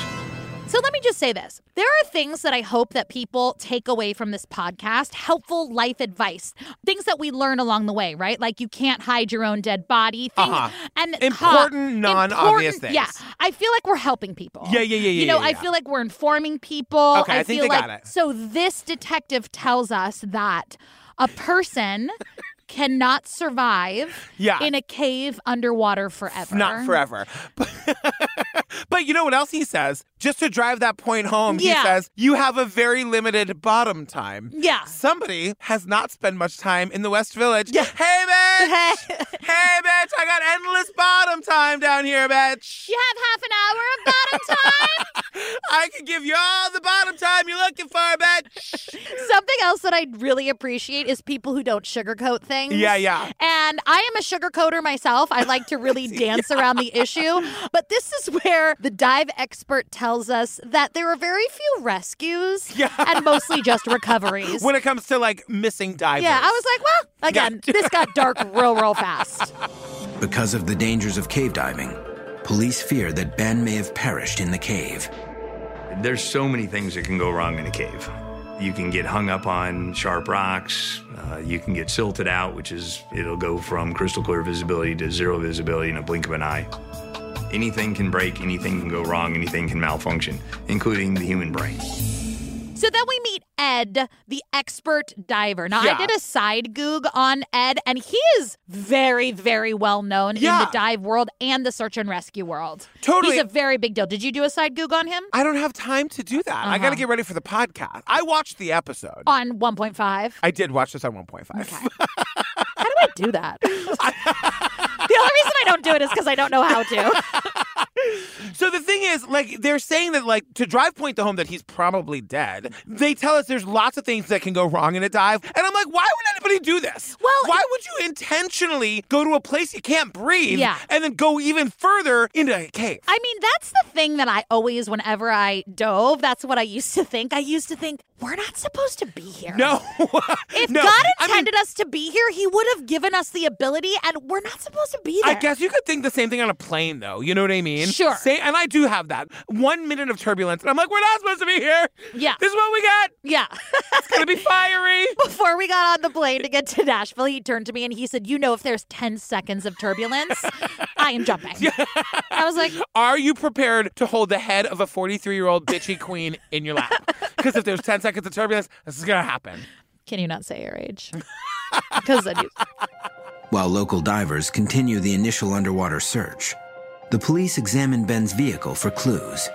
[SPEAKER 2] So let me just say this. There are things that I hope that people take away from this podcast, helpful life advice, things that we learn along the way, right? Like you can't hide your own dead body. Thing,
[SPEAKER 1] Uh-huh.
[SPEAKER 2] And
[SPEAKER 1] Important, non-obvious
[SPEAKER 2] important- Yeah.
[SPEAKER 1] things.
[SPEAKER 2] I feel like we're helping people.
[SPEAKER 1] Yeah, yeah, yeah,
[SPEAKER 2] You
[SPEAKER 1] yeah,
[SPEAKER 2] know,
[SPEAKER 1] yeah,
[SPEAKER 2] I
[SPEAKER 1] yeah.
[SPEAKER 2] feel like we're informing people.
[SPEAKER 1] Okay, I think they
[SPEAKER 2] feel like
[SPEAKER 1] got it.
[SPEAKER 2] so this detective tells us that a person cannot survive
[SPEAKER 1] Yeah.
[SPEAKER 2] in a cave underwater forever.
[SPEAKER 1] Not forever. But, but you know what else he says? Just to drive that point home, he
[SPEAKER 2] Yeah.
[SPEAKER 1] says, You have a very limited bottom time.
[SPEAKER 2] Yeah.
[SPEAKER 1] Somebody has not spent much time in the West Village. Yeah. Hey, bitch! hey, bitch! I got endless bottom time down here, bitch!
[SPEAKER 2] You have half an hour of bottom time.
[SPEAKER 1] I can give you all the bottom time you're looking for, bitch!
[SPEAKER 2] Something else that I really appreciate is people who don't sugarcoat things.
[SPEAKER 1] Yeah, yeah.
[SPEAKER 2] And I am a sugarcoater myself. I like to really dance around the issue. But this is where where the dive expert tells us that there are very few rescues and mostly just recoveries.
[SPEAKER 1] when it comes to like missing divers.
[SPEAKER 2] yeah, I was like, well, again, this got dark real, real fast.
[SPEAKER 3] Because of the dangers of cave diving, police fear that Ben may have perished in the cave.
[SPEAKER 9] There's so many things that can go wrong in a cave. You can get hung up on sharp rocks. Uh, you can get silted out, which is, it'll go from crystal clear visibility to zero visibility in a blink of an eye. Anything can break, anything can go wrong, anything can malfunction, including the human brain.
[SPEAKER 2] So then we meet Ed, the expert diver. Now,
[SPEAKER 1] Yeah.
[SPEAKER 2] I did a side goog on Ed, and he is very, very well known in
[SPEAKER 1] Yeah.
[SPEAKER 2] the dive world and the search and rescue world.
[SPEAKER 1] Totally.
[SPEAKER 2] He's a very big deal. Did you do a side goog on him?
[SPEAKER 1] I don't have time to do that. I got
[SPEAKER 2] Uh-huh.
[SPEAKER 1] to get ready for the podcast. I watched the episode.
[SPEAKER 2] On 1.5. How
[SPEAKER 1] I did watch this on 1.5.
[SPEAKER 2] do I do that? the only reason I don't do it is because I don't know how to.
[SPEAKER 1] So the thing is, like, they're saying that, like, to drive point the home that he's probably dead, they tell us there's lots of things that can go wrong in a dive. And I'm like, why would anybody do this?
[SPEAKER 2] Well,
[SPEAKER 1] why would you intentionally go to a place you can't breathe
[SPEAKER 2] Yeah.
[SPEAKER 1] and then go even further into a cave?
[SPEAKER 2] I mean, that's the thing that I always, whenever I dove, that's what I used to think. I used to think, we're not supposed to be here.
[SPEAKER 1] no.
[SPEAKER 2] If
[SPEAKER 1] no.
[SPEAKER 2] God
[SPEAKER 1] I mean,
[SPEAKER 2] intended us to be here, He would have given us the ability, and we're not supposed to be
[SPEAKER 1] I
[SPEAKER 2] there.
[SPEAKER 1] guess you could think the same thing on a plane, though. You know what I mean?
[SPEAKER 2] Sure.
[SPEAKER 1] Say, and I do have that. One minute of turbulence, and I'm like, we're not supposed to be here.
[SPEAKER 2] Yeah.
[SPEAKER 1] This is what we got.
[SPEAKER 2] Yeah.
[SPEAKER 1] It's going to be fiery.
[SPEAKER 2] Before we got on the plane to get to Nashville, he turned to me and he said, You know, if there's 10 seconds of turbulence, I am jumping. I was like,
[SPEAKER 1] Are you prepared to hold the head of a 43 year old bitchy queen in your lap? Because if there's 10 seconds of turbulence, this is going to happen.
[SPEAKER 2] Can you not say your age? Because then you.
[SPEAKER 3] While local divers continue the initial underwater search, the police examine Ben's vehicle for clues.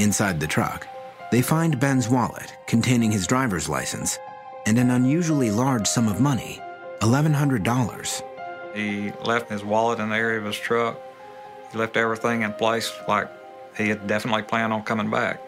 [SPEAKER 3] Inside the truck, they find Ben's wallet containing his driver's license and an unusually large sum of money $1,100.
[SPEAKER 7] He left his wallet in the area of his truck. He left everything in place like he had definitely planned on coming back.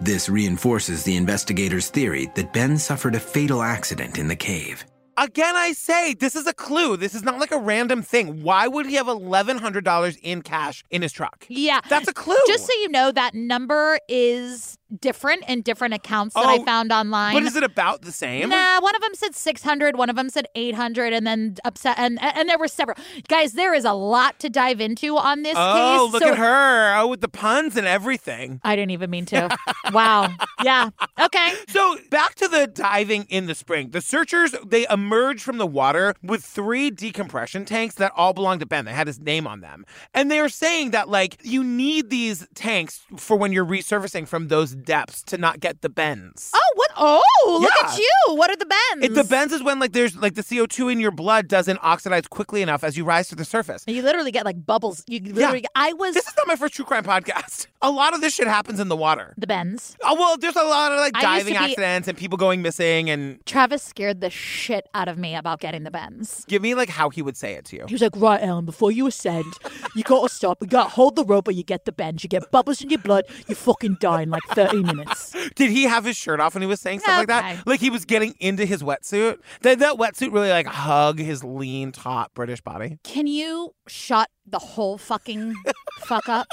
[SPEAKER 3] This reinforces the investigators' theory that Ben suffered a fatal accident in the cave.
[SPEAKER 1] Again, I say this is a clue. This is not like a random thing. Why would he have $1,100 in cash in his truck?
[SPEAKER 2] Yeah.
[SPEAKER 1] That's a clue.
[SPEAKER 2] Just so you know, that number is different in different accounts that
[SPEAKER 1] Oh,
[SPEAKER 2] I found online.
[SPEAKER 1] But is it about the same?
[SPEAKER 2] Nah, one of them said 600, one of them said 800, and then upset, and and there were several guys. There is a lot to dive into on this
[SPEAKER 1] Oh,
[SPEAKER 2] case.
[SPEAKER 1] look
[SPEAKER 2] so
[SPEAKER 1] at her. Oh, with the puns and everything.
[SPEAKER 2] I didn't even mean to. wow. Yeah. Okay.
[SPEAKER 1] So back to the diving in the spring. The searchers they emerge from the water with three decompression tanks that all belong to Ben. They had his name on them, and they are saying that like you need these tanks for when you're resurfacing from those depths to not get the bends.
[SPEAKER 2] Oh, what? Oh, look
[SPEAKER 1] Yeah.
[SPEAKER 2] at you. What are the bends?
[SPEAKER 1] It, the bends is when like there's like the CO2 in your blood doesn't oxidize quickly enough as you rise to the surface.
[SPEAKER 2] You literally get like bubbles. You literally. Get, I was
[SPEAKER 1] This is not my first true crime podcast. A lot of this shit happens in the water.
[SPEAKER 2] the bends.
[SPEAKER 1] Oh well, there's a lot of like
[SPEAKER 2] I used
[SPEAKER 1] diving
[SPEAKER 2] to be-
[SPEAKER 1] accidents and people going missing and
[SPEAKER 2] Travis scared the shit out of me about getting the bends.
[SPEAKER 1] give me like how he would say it to you.
[SPEAKER 2] He was like, right, Ellen, before you ascend, you gotta stop. You gotta hold the rope or you get the bends. You get bubbles in your blood. You fucking die in like 30 minutes.
[SPEAKER 1] Did he have his shirt off when he was saying stuff like
[SPEAKER 2] Okay.
[SPEAKER 1] that? Like he was getting into his wetsuit. Did that wetsuit really like hug his lean, taut British body?
[SPEAKER 2] Can you shut the whole fucking fuck up?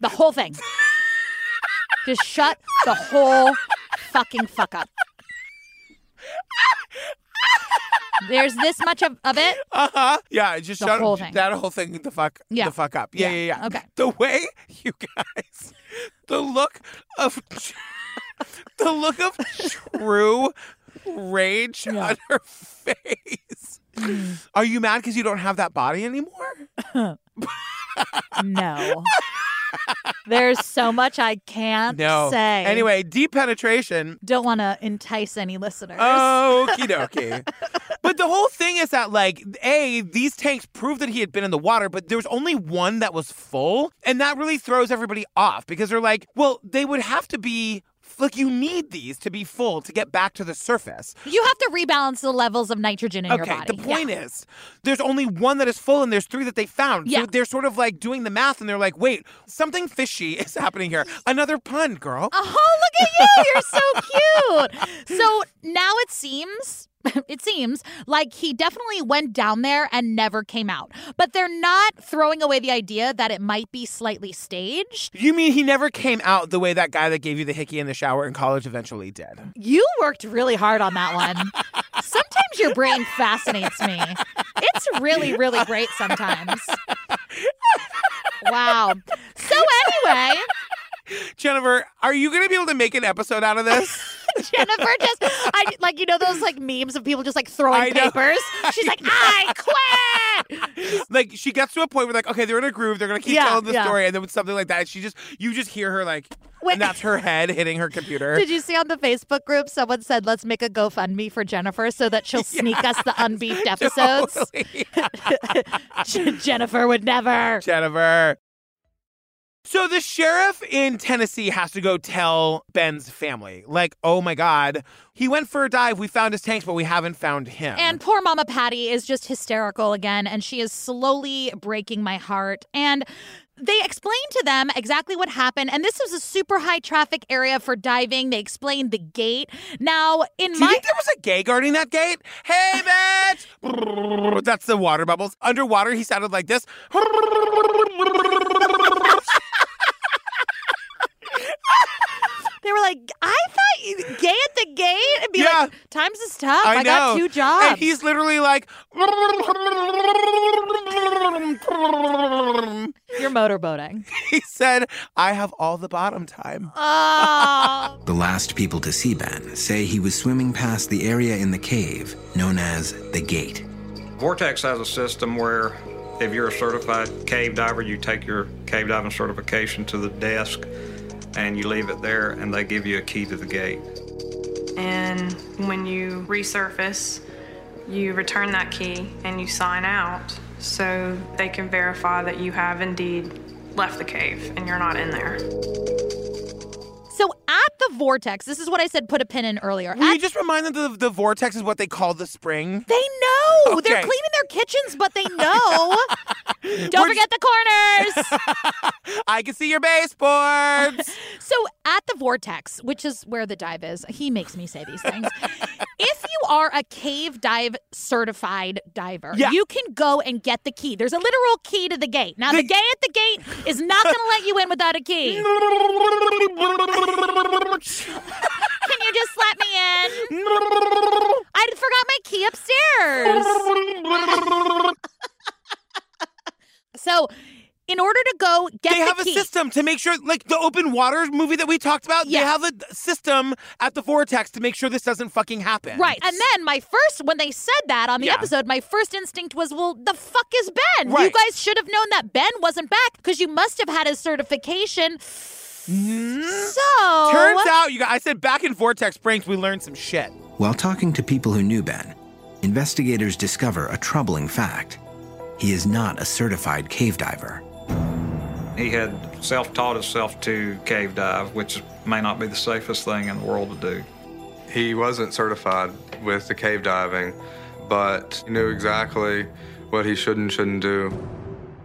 [SPEAKER 2] the whole thing. Just shut the whole fucking fuck up. There's this much of, of it.
[SPEAKER 1] Uh huh. Yeah, just
[SPEAKER 2] The
[SPEAKER 1] shut
[SPEAKER 2] whole thing.
[SPEAKER 1] that whole thing the fuck
[SPEAKER 2] Yeah.
[SPEAKER 1] the fuck up. Yeah, yeah,
[SPEAKER 2] Yeah.
[SPEAKER 1] yeah,
[SPEAKER 2] Okay.
[SPEAKER 1] The way you guys, the look of the look of true rage on her face.
[SPEAKER 2] Mm.
[SPEAKER 1] Are you mad because you don't have that body anymore?
[SPEAKER 2] No. There's so much I can't
[SPEAKER 1] No.
[SPEAKER 2] say.
[SPEAKER 1] Anyway, deep penetration.
[SPEAKER 2] Don't want to entice any listeners.
[SPEAKER 1] Uh, Okie dokie. but the whole thing is that, like, A, these tanks prove that he had been in the water, but there was only one that was full. And that really throws everybody off because they're like, well, they would have to be. Like, you need these to be full to get back to the surface.
[SPEAKER 2] you have to rebalance the levels of nitrogen in your
[SPEAKER 1] okay,
[SPEAKER 2] body.
[SPEAKER 1] the point
[SPEAKER 2] Yeah.
[SPEAKER 1] is, there's only one that is full and there's three that they found. So
[SPEAKER 2] Yeah.
[SPEAKER 1] they're sort of like doing the math and they're like, wait, something fishy is happening here. Another pun, girl.
[SPEAKER 2] Oh, look at you. You're so cute. So now it seems it seems like he definitely went down there and never came out. But they're not throwing away the idea that it might be slightly staged.
[SPEAKER 1] You mean he never came out the way that guy that gave you the hickey in the shower in college eventually did?
[SPEAKER 2] You worked really hard on that one. sometimes your brain fascinates me. It's really, really great sometimes. Wow. So, anyway.
[SPEAKER 1] Jennifer, are you going to be able to make an episode out of this?
[SPEAKER 2] Jennifer just, I like you know those like memes of people just like throwing
[SPEAKER 1] I know.
[SPEAKER 2] papers. She's like, I quit.
[SPEAKER 1] like she gets to a point where like, okay, they're in a groove, they're going to keep
[SPEAKER 2] Yeah,
[SPEAKER 1] telling the
[SPEAKER 2] yeah.
[SPEAKER 1] story and then with something like that, she just you just hear her like
[SPEAKER 2] Wait.
[SPEAKER 1] and that's her head hitting her computer.
[SPEAKER 2] Did you see on the Facebook group someone said, "Let's make a GoFundMe for Jennifer so that she'll sneak us the unbeeped episodes."
[SPEAKER 1] Totally.
[SPEAKER 2] Jennifer would never.
[SPEAKER 1] Jennifer. So the sheriff in Tennessee has to go tell Ben's family, like, oh my God, he went for a dive. We found his tanks, but we haven't found him.
[SPEAKER 2] And poor Mama Patty is just hysterical again, and she is slowly breaking my heart. And they explain to them exactly what happened. And this was a super high traffic area for diving. They explained the gate. Now, in
[SPEAKER 1] do you
[SPEAKER 2] my
[SPEAKER 1] think there was a gay guarding that gate? Hey, bitch! That's the water bubbles. Underwater, he sounded like this.
[SPEAKER 2] Oh They were like, I thought you gay at the gate and be
[SPEAKER 1] Yeah.
[SPEAKER 2] like, times is tough. I,
[SPEAKER 1] I, know.
[SPEAKER 2] got two jobs.
[SPEAKER 1] And he's literally like.
[SPEAKER 2] You're motorboating.
[SPEAKER 1] He said, I have all the bottom time.
[SPEAKER 2] Oh.
[SPEAKER 3] The last people to see Ben say he was swimming past the area in the cave known as the Gate.
[SPEAKER 7] Vortex has a system where if you're a certified cave diver, you take your cave diving certification to the desk and you leave it there, and they give you a key to the gate.
[SPEAKER 5] And when you resurface, you return that key and you sign out so they can verify that you have indeed left the cave and you're not in there.
[SPEAKER 2] so at the vortex, this is what I said put a pin in earlier.
[SPEAKER 1] Will
[SPEAKER 2] At-
[SPEAKER 1] you just remind them that the, the vortex is what they call the spring?
[SPEAKER 2] they know. They're
[SPEAKER 1] Okay.
[SPEAKER 2] cleaning their kitchens, but they know. Don't forget the corners.
[SPEAKER 1] I can see your baseboards.
[SPEAKER 2] So at the vortex, which is where the dive is, he makes me say these things. if you are a cave dive certified diver,
[SPEAKER 1] Yeah.
[SPEAKER 2] you can go and get the key. There's a literal key to the gate. Now the, gate at the gate is not going to let you in without a key. Can you just let me in? I forgot my key upstairs. So in order to go get
[SPEAKER 1] they
[SPEAKER 2] the
[SPEAKER 1] have a
[SPEAKER 2] key,
[SPEAKER 1] system to make sure, like the open waters movie that we talked about,
[SPEAKER 2] Yeah.
[SPEAKER 1] they have a system at the vortex to make sure this doesn't fucking happen.
[SPEAKER 2] Right. And then my first, when they said that on the
[SPEAKER 1] Yeah.
[SPEAKER 2] episode, my first instinct was, well, the fuck is Ben? You
[SPEAKER 1] Right.
[SPEAKER 2] guys should have known that Ben wasn't back because you must have had his certification. So.
[SPEAKER 1] Mm-hmm. Turns out, you guys, I said back in Vortex Springs, we learned some shit.
[SPEAKER 3] While talking to people who knew Ben, investigators discover a troubling fact. He is not a certified cave diver.
[SPEAKER 7] He had self taught himself to cave dive, which may not be the safest thing in the world to do.
[SPEAKER 4] He wasn't certified with the cave diving, but he knew exactly what he should and shouldn't do.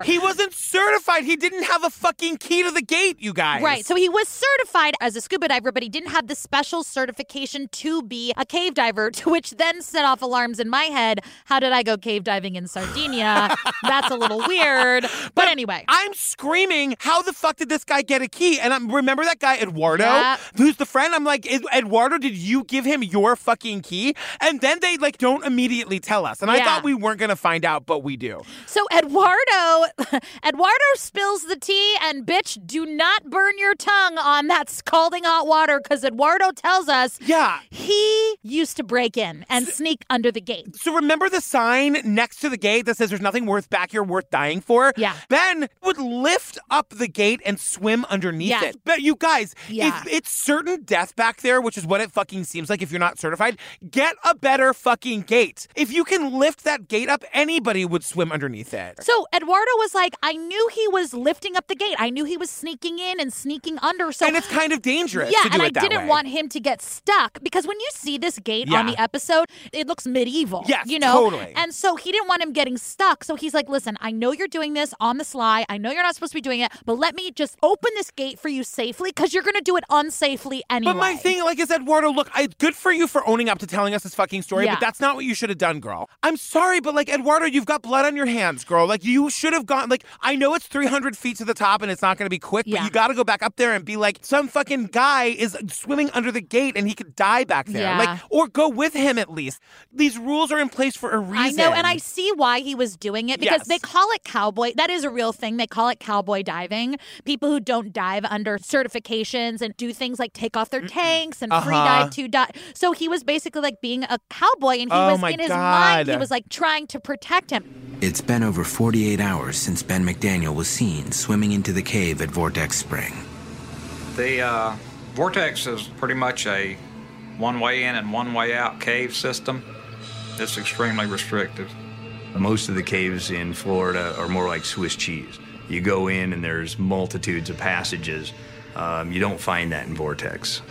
[SPEAKER 1] He wasn't certified. He didn't have a fucking key to the gate, you guys.
[SPEAKER 2] Right. So he was certified as a scuba diver, but he didn't have the special certification to be a cave diver, to which then set off alarms in my head. How did I go cave diving in Sardinia? That's a little weird. But, anyway.
[SPEAKER 1] I'm screaming, how the fuck did this guy get a key? And I'm remember that guy Eduardo,
[SPEAKER 2] Yeah.
[SPEAKER 1] who's the friend. I'm like, "Ed- Eduardo, did you give him your fucking key? And then they like don't immediately tell us. And I
[SPEAKER 2] Yeah.
[SPEAKER 1] thought we weren't gonna find out, but we do.
[SPEAKER 2] So Eduardo, Eduardo spills the tea, and bitch, do not burn your tongue on that scalding hot water because Eduardo tells us
[SPEAKER 1] Yeah.
[SPEAKER 2] he used to break in and sneak under the gate.
[SPEAKER 1] So remember the sign next to the gate that says there's nothing worth back here worth dying for?
[SPEAKER 2] Yeah.
[SPEAKER 1] Ben would lift up the gate and swim underneath
[SPEAKER 2] Yeah.
[SPEAKER 1] it. But you guys,
[SPEAKER 2] Yeah.
[SPEAKER 1] if it's certain death back there, which is what it fucking seems like if you're not certified, get a better fucking gate. If you can lift that gate up, anybody would swim underneath it.
[SPEAKER 2] So Eduardo was like, I knew he was lifting up the gate. I knew he was sneaking in and sneaking under. So
[SPEAKER 1] and it's kind of dangerous.
[SPEAKER 2] yeah,
[SPEAKER 1] to do
[SPEAKER 2] and
[SPEAKER 1] it
[SPEAKER 2] I
[SPEAKER 1] that
[SPEAKER 2] didn't
[SPEAKER 1] way.
[SPEAKER 2] want him to get stuck because when you see this gate on
[SPEAKER 1] Yeah.
[SPEAKER 2] the episode, it looks medieval.
[SPEAKER 1] Yes,
[SPEAKER 2] you know,
[SPEAKER 1] totally.
[SPEAKER 2] And so he didn't want him getting stuck. So he's like, "Listen, I know you're doing this on the sly. I know you're not supposed to be doing it, but let me just open this gate for you safely because you're going to do it unsafely anyway."
[SPEAKER 1] But my thing, like, is Eduardo, look, I, good for you for owning up to telling us this fucking story,
[SPEAKER 2] Yeah.
[SPEAKER 1] but that's not what you should have done, girl. I'm sorry, but like, Eduardo, you've got blood on your hands, girl. Like, you should have gone, like, I know it's 300 feet to the top and it's not going to be quick, but
[SPEAKER 2] Yeah.
[SPEAKER 1] you got to go back up there and be like, some fucking guy is swimming under the gate and he could die back there.
[SPEAKER 2] Yeah.
[SPEAKER 1] Like, or go with him at least. These rules are in place for a
[SPEAKER 2] I
[SPEAKER 1] reason.
[SPEAKER 2] know, and I see why he was doing it because
[SPEAKER 1] Yes.
[SPEAKER 2] they call it cowboy. That is a real thing. They call it cowboy diving. People who don't dive under certifications and do things like take off their tanks and
[SPEAKER 1] Uh-huh.
[SPEAKER 2] free dive to dive. So he was basically like being a cowboy, and he
[SPEAKER 1] Oh
[SPEAKER 2] was
[SPEAKER 1] my
[SPEAKER 2] in his mind. He
[SPEAKER 1] God.
[SPEAKER 2] was like trying to protect him.
[SPEAKER 3] It's been over 48 hours since Ben McDaniel was seen swimming into the cave at Vortex Spring.
[SPEAKER 7] The uh, vortex is pretty much a one way in and one way out cave system. It's extremely restrictive.
[SPEAKER 9] Most of the caves in Florida are more like Swiss cheese. You go in and there's multitudes of passages. Um, you don't find that in Vortex.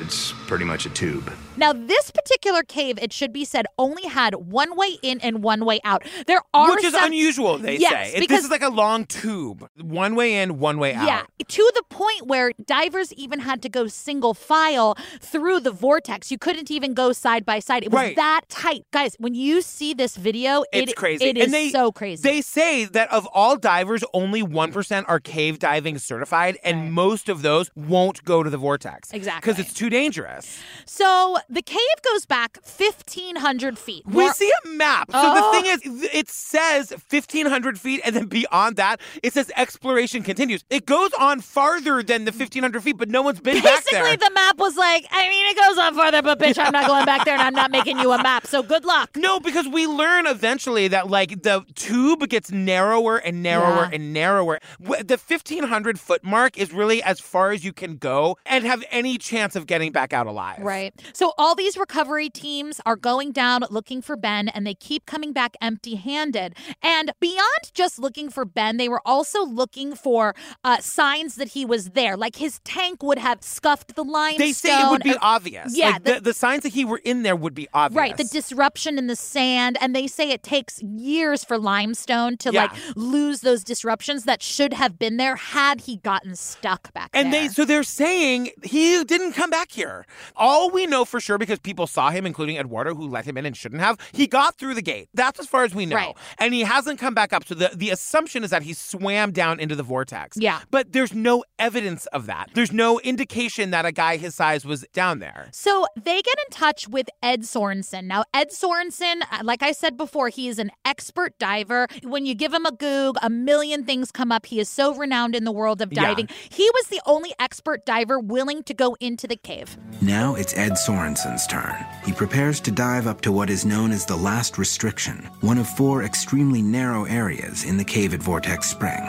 [SPEAKER 9] It's pretty much a tube.
[SPEAKER 2] Now, this particular cave, it should be said, only had one way in and one way out. There are
[SPEAKER 1] Which is
[SPEAKER 2] some-
[SPEAKER 1] unusual, they
[SPEAKER 2] Yes,
[SPEAKER 1] say. It-
[SPEAKER 2] because-
[SPEAKER 1] this is like a long tube, one way in, one way out.
[SPEAKER 2] Yeah, to the point where divers even had to go single file through the vortex. You couldn't even go side by side. It was
[SPEAKER 1] Right.
[SPEAKER 2] that tight. Guys, when you see this video,
[SPEAKER 1] It's
[SPEAKER 2] it,
[SPEAKER 1] crazy.
[SPEAKER 2] It is
[SPEAKER 1] and they,
[SPEAKER 2] so crazy.
[SPEAKER 1] They say that of all divers, only 1% are cave diving certified, and most of those won't go to the vortex.
[SPEAKER 2] Exactly.
[SPEAKER 1] Because it's too dangerous.
[SPEAKER 2] so the cave goes back 1,500 feet.
[SPEAKER 1] We
[SPEAKER 2] More-
[SPEAKER 1] see a map. So the thing is, th- it says 1,500 feet, and then beyond that, it says exploration continues. It goes on farther than the 1,500 feet, but no one's been back there.
[SPEAKER 2] Basically, the map was like, I mean, it goes on further, but bitch, I'm not going back there and I'm not making you a map. So good luck.
[SPEAKER 1] No, because we learn eventually that like the tube gets narrower and narrower
[SPEAKER 2] Yeah.
[SPEAKER 1] and narrower. Wh- The fifteen hundred foot mark is really as far as you can go and have any chance of getting back out alive.
[SPEAKER 2] Right. So all these recovery teams are going down looking for Ben and they keep coming back empty handed. And beyond just looking for Ben, they were also looking for uh, signs that he was there. Like his tank would have scuffed the limestone.
[SPEAKER 1] They say it would be
[SPEAKER 2] Uh,
[SPEAKER 1] obvious.
[SPEAKER 2] yeah,
[SPEAKER 1] Like,
[SPEAKER 2] the-
[SPEAKER 1] the, the, signs that he were in there would be obvious.
[SPEAKER 2] Right, the disruption in the sand, and they say it takes years for limestone to
[SPEAKER 1] Yeah.
[SPEAKER 2] like lose those disruptions that should have been there had he gotten stuck back
[SPEAKER 1] and
[SPEAKER 2] there.
[SPEAKER 1] they so they're saying he didn't come back here. All we know for sure because people saw him, including Eduardo, who let him in and shouldn't have. He got through the gate. That's as far as we know.
[SPEAKER 2] Right.
[SPEAKER 1] And he hasn't come back up. So the, the assumption is that he swam down into the vortex.
[SPEAKER 2] Yeah.
[SPEAKER 1] But there's no evidence of that. There's no indication that a guy his size was down there.
[SPEAKER 2] So they get in touch with Ed Sorensen. Now, Ed Sorensen, uh, like I said before, he is an expert diver. When you give him a goog, a million things come up. He is so renowned in the world of
[SPEAKER 1] Yeah.
[SPEAKER 2] diving. He was the only expert diver willing to go into the cave.
[SPEAKER 3] Now it's Ed Sorensen's turn. He prepares to dive up to what is known as the last restriction, one of four extremely narrow areas in the cave at Vortex Spring.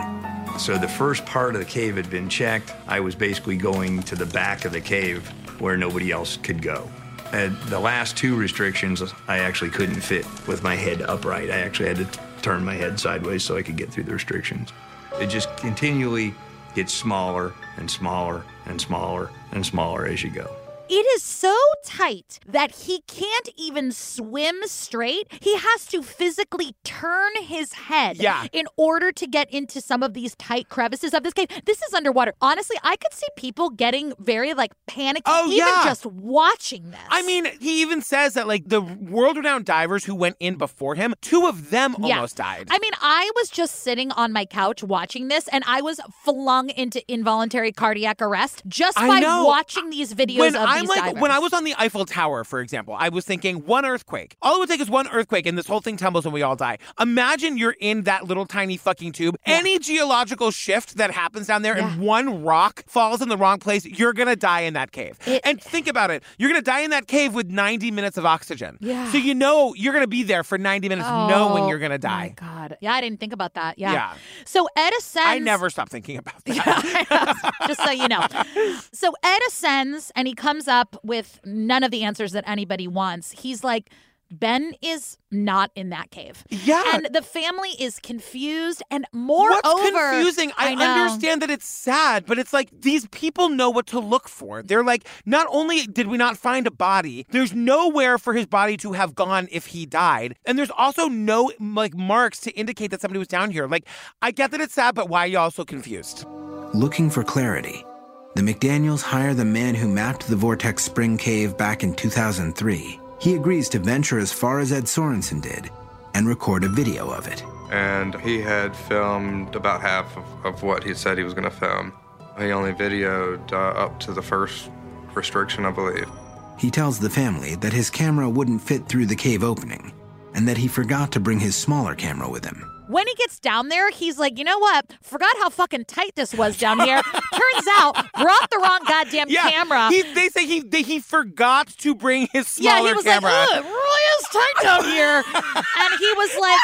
[SPEAKER 9] So the first part of the cave had been checked. I was basically going to the back of the cave where nobody else could go. And the last two restrictions, I actually couldn't fit with my head upright. I actually had to t- turn my head sideways so I could get through the restrictions. It just continually gets smaller and smaller and smaller and smaller as you go.
[SPEAKER 2] It is so tight that he can't even swim straight. He has to physically turn his head
[SPEAKER 1] Yeah.
[SPEAKER 2] in order to get into some of these tight crevices of this cave. This is underwater. Honestly, I could see people getting very like panicky
[SPEAKER 1] Oh,
[SPEAKER 2] even
[SPEAKER 1] yeah.
[SPEAKER 2] just watching this.
[SPEAKER 1] I mean, he even says that like the world-renowned divers who went in before him, two of them
[SPEAKER 2] Yeah.
[SPEAKER 1] almost died.
[SPEAKER 2] I mean, I was just sitting on my couch watching this and I was flung into involuntary cardiac arrest just
[SPEAKER 1] I
[SPEAKER 2] by
[SPEAKER 1] know.
[SPEAKER 2] watching these videos
[SPEAKER 1] when
[SPEAKER 2] of
[SPEAKER 1] I'm
[SPEAKER 2] these
[SPEAKER 1] like
[SPEAKER 2] divers.
[SPEAKER 1] when I was on the Eiffel Tower, for example, I was thinking one earthquake. All it would take is one earthquake, and this whole thing tumbles, and we all die. Imagine you're in that little tiny fucking tube. Any geological shift that happens down there, and one rock falls in the wrong place, you're gonna die in that cave.
[SPEAKER 2] It-
[SPEAKER 1] and think about it, you're gonna die in that cave with 90 minutes of oxygen.
[SPEAKER 2] Yeah.
[SPEAKER 1] So you know you're gonna be there for 90 minutes, knowing
[SPEAKER 2] Oh,
[SPEAKER 1] you're gonna
[SPEAKER 2] My
[SPEAKER 1] die.
[SPEAKER 2] God. Yeah, I didn't think about that. Yeah.
[SPEAKER 1] Yeah.
[SPEAKER 2] So Ed ascends.
[SPEAKER 1] I never stop thinking about that.
[SPEAKER 2] just so you know. So Ed ascends and he comes up with none of the answers that anybody wants. He's like, Ben is not in that cave.
[SPEAKER 1] Yeah.
[SPEAKER 2] And the family is confused and moreover
[SPEAKER 1] What's confusing? I,
[SPEAKER 2] know.
[SPEAKER 1] understand that it's sad, but it's like these people know what to look for. They're like, not only did we not find a body, there's nowhere for his body to have gone if he died, and there's also no like marks to indicate that somebody was down here. Like, I get that it's sad, but why are y'all so confused?
[SPEAKER 3] Looking for clarity, the McDaniels hire the man who mapped the Vortex Spring Cave back in 2003. He agrees to venture as far as Ed Sorensen did and record a video of it.
[SPEAKER 4] and he had filmed about half of, of what he said he was going to film. He only videoed uh, up to the first restriction, I believe.
[SPEAKER 3] He tells the family that his camera wouldn't fit through the cave opening and that he forgot to bring his smaller camera with him.
[SPEAKER 2] when he gets down there, he's like, you know what? Forgot how fucking tight this was down here. Turns out, brought the wrong goddamn
[SPEAKER 1] Yeah,
[SPEAKER 2] camera.
[SPEAKER 1] He, they say he they, he forgot to bring his
[SPEAKER 2] yeah,
[SPEAKER 1] smaller
[SPEAKER 2] he was
[SPEAKER 1] camera.
[SPEAKER 2] like, ugh, it really is tight down here. and he was like,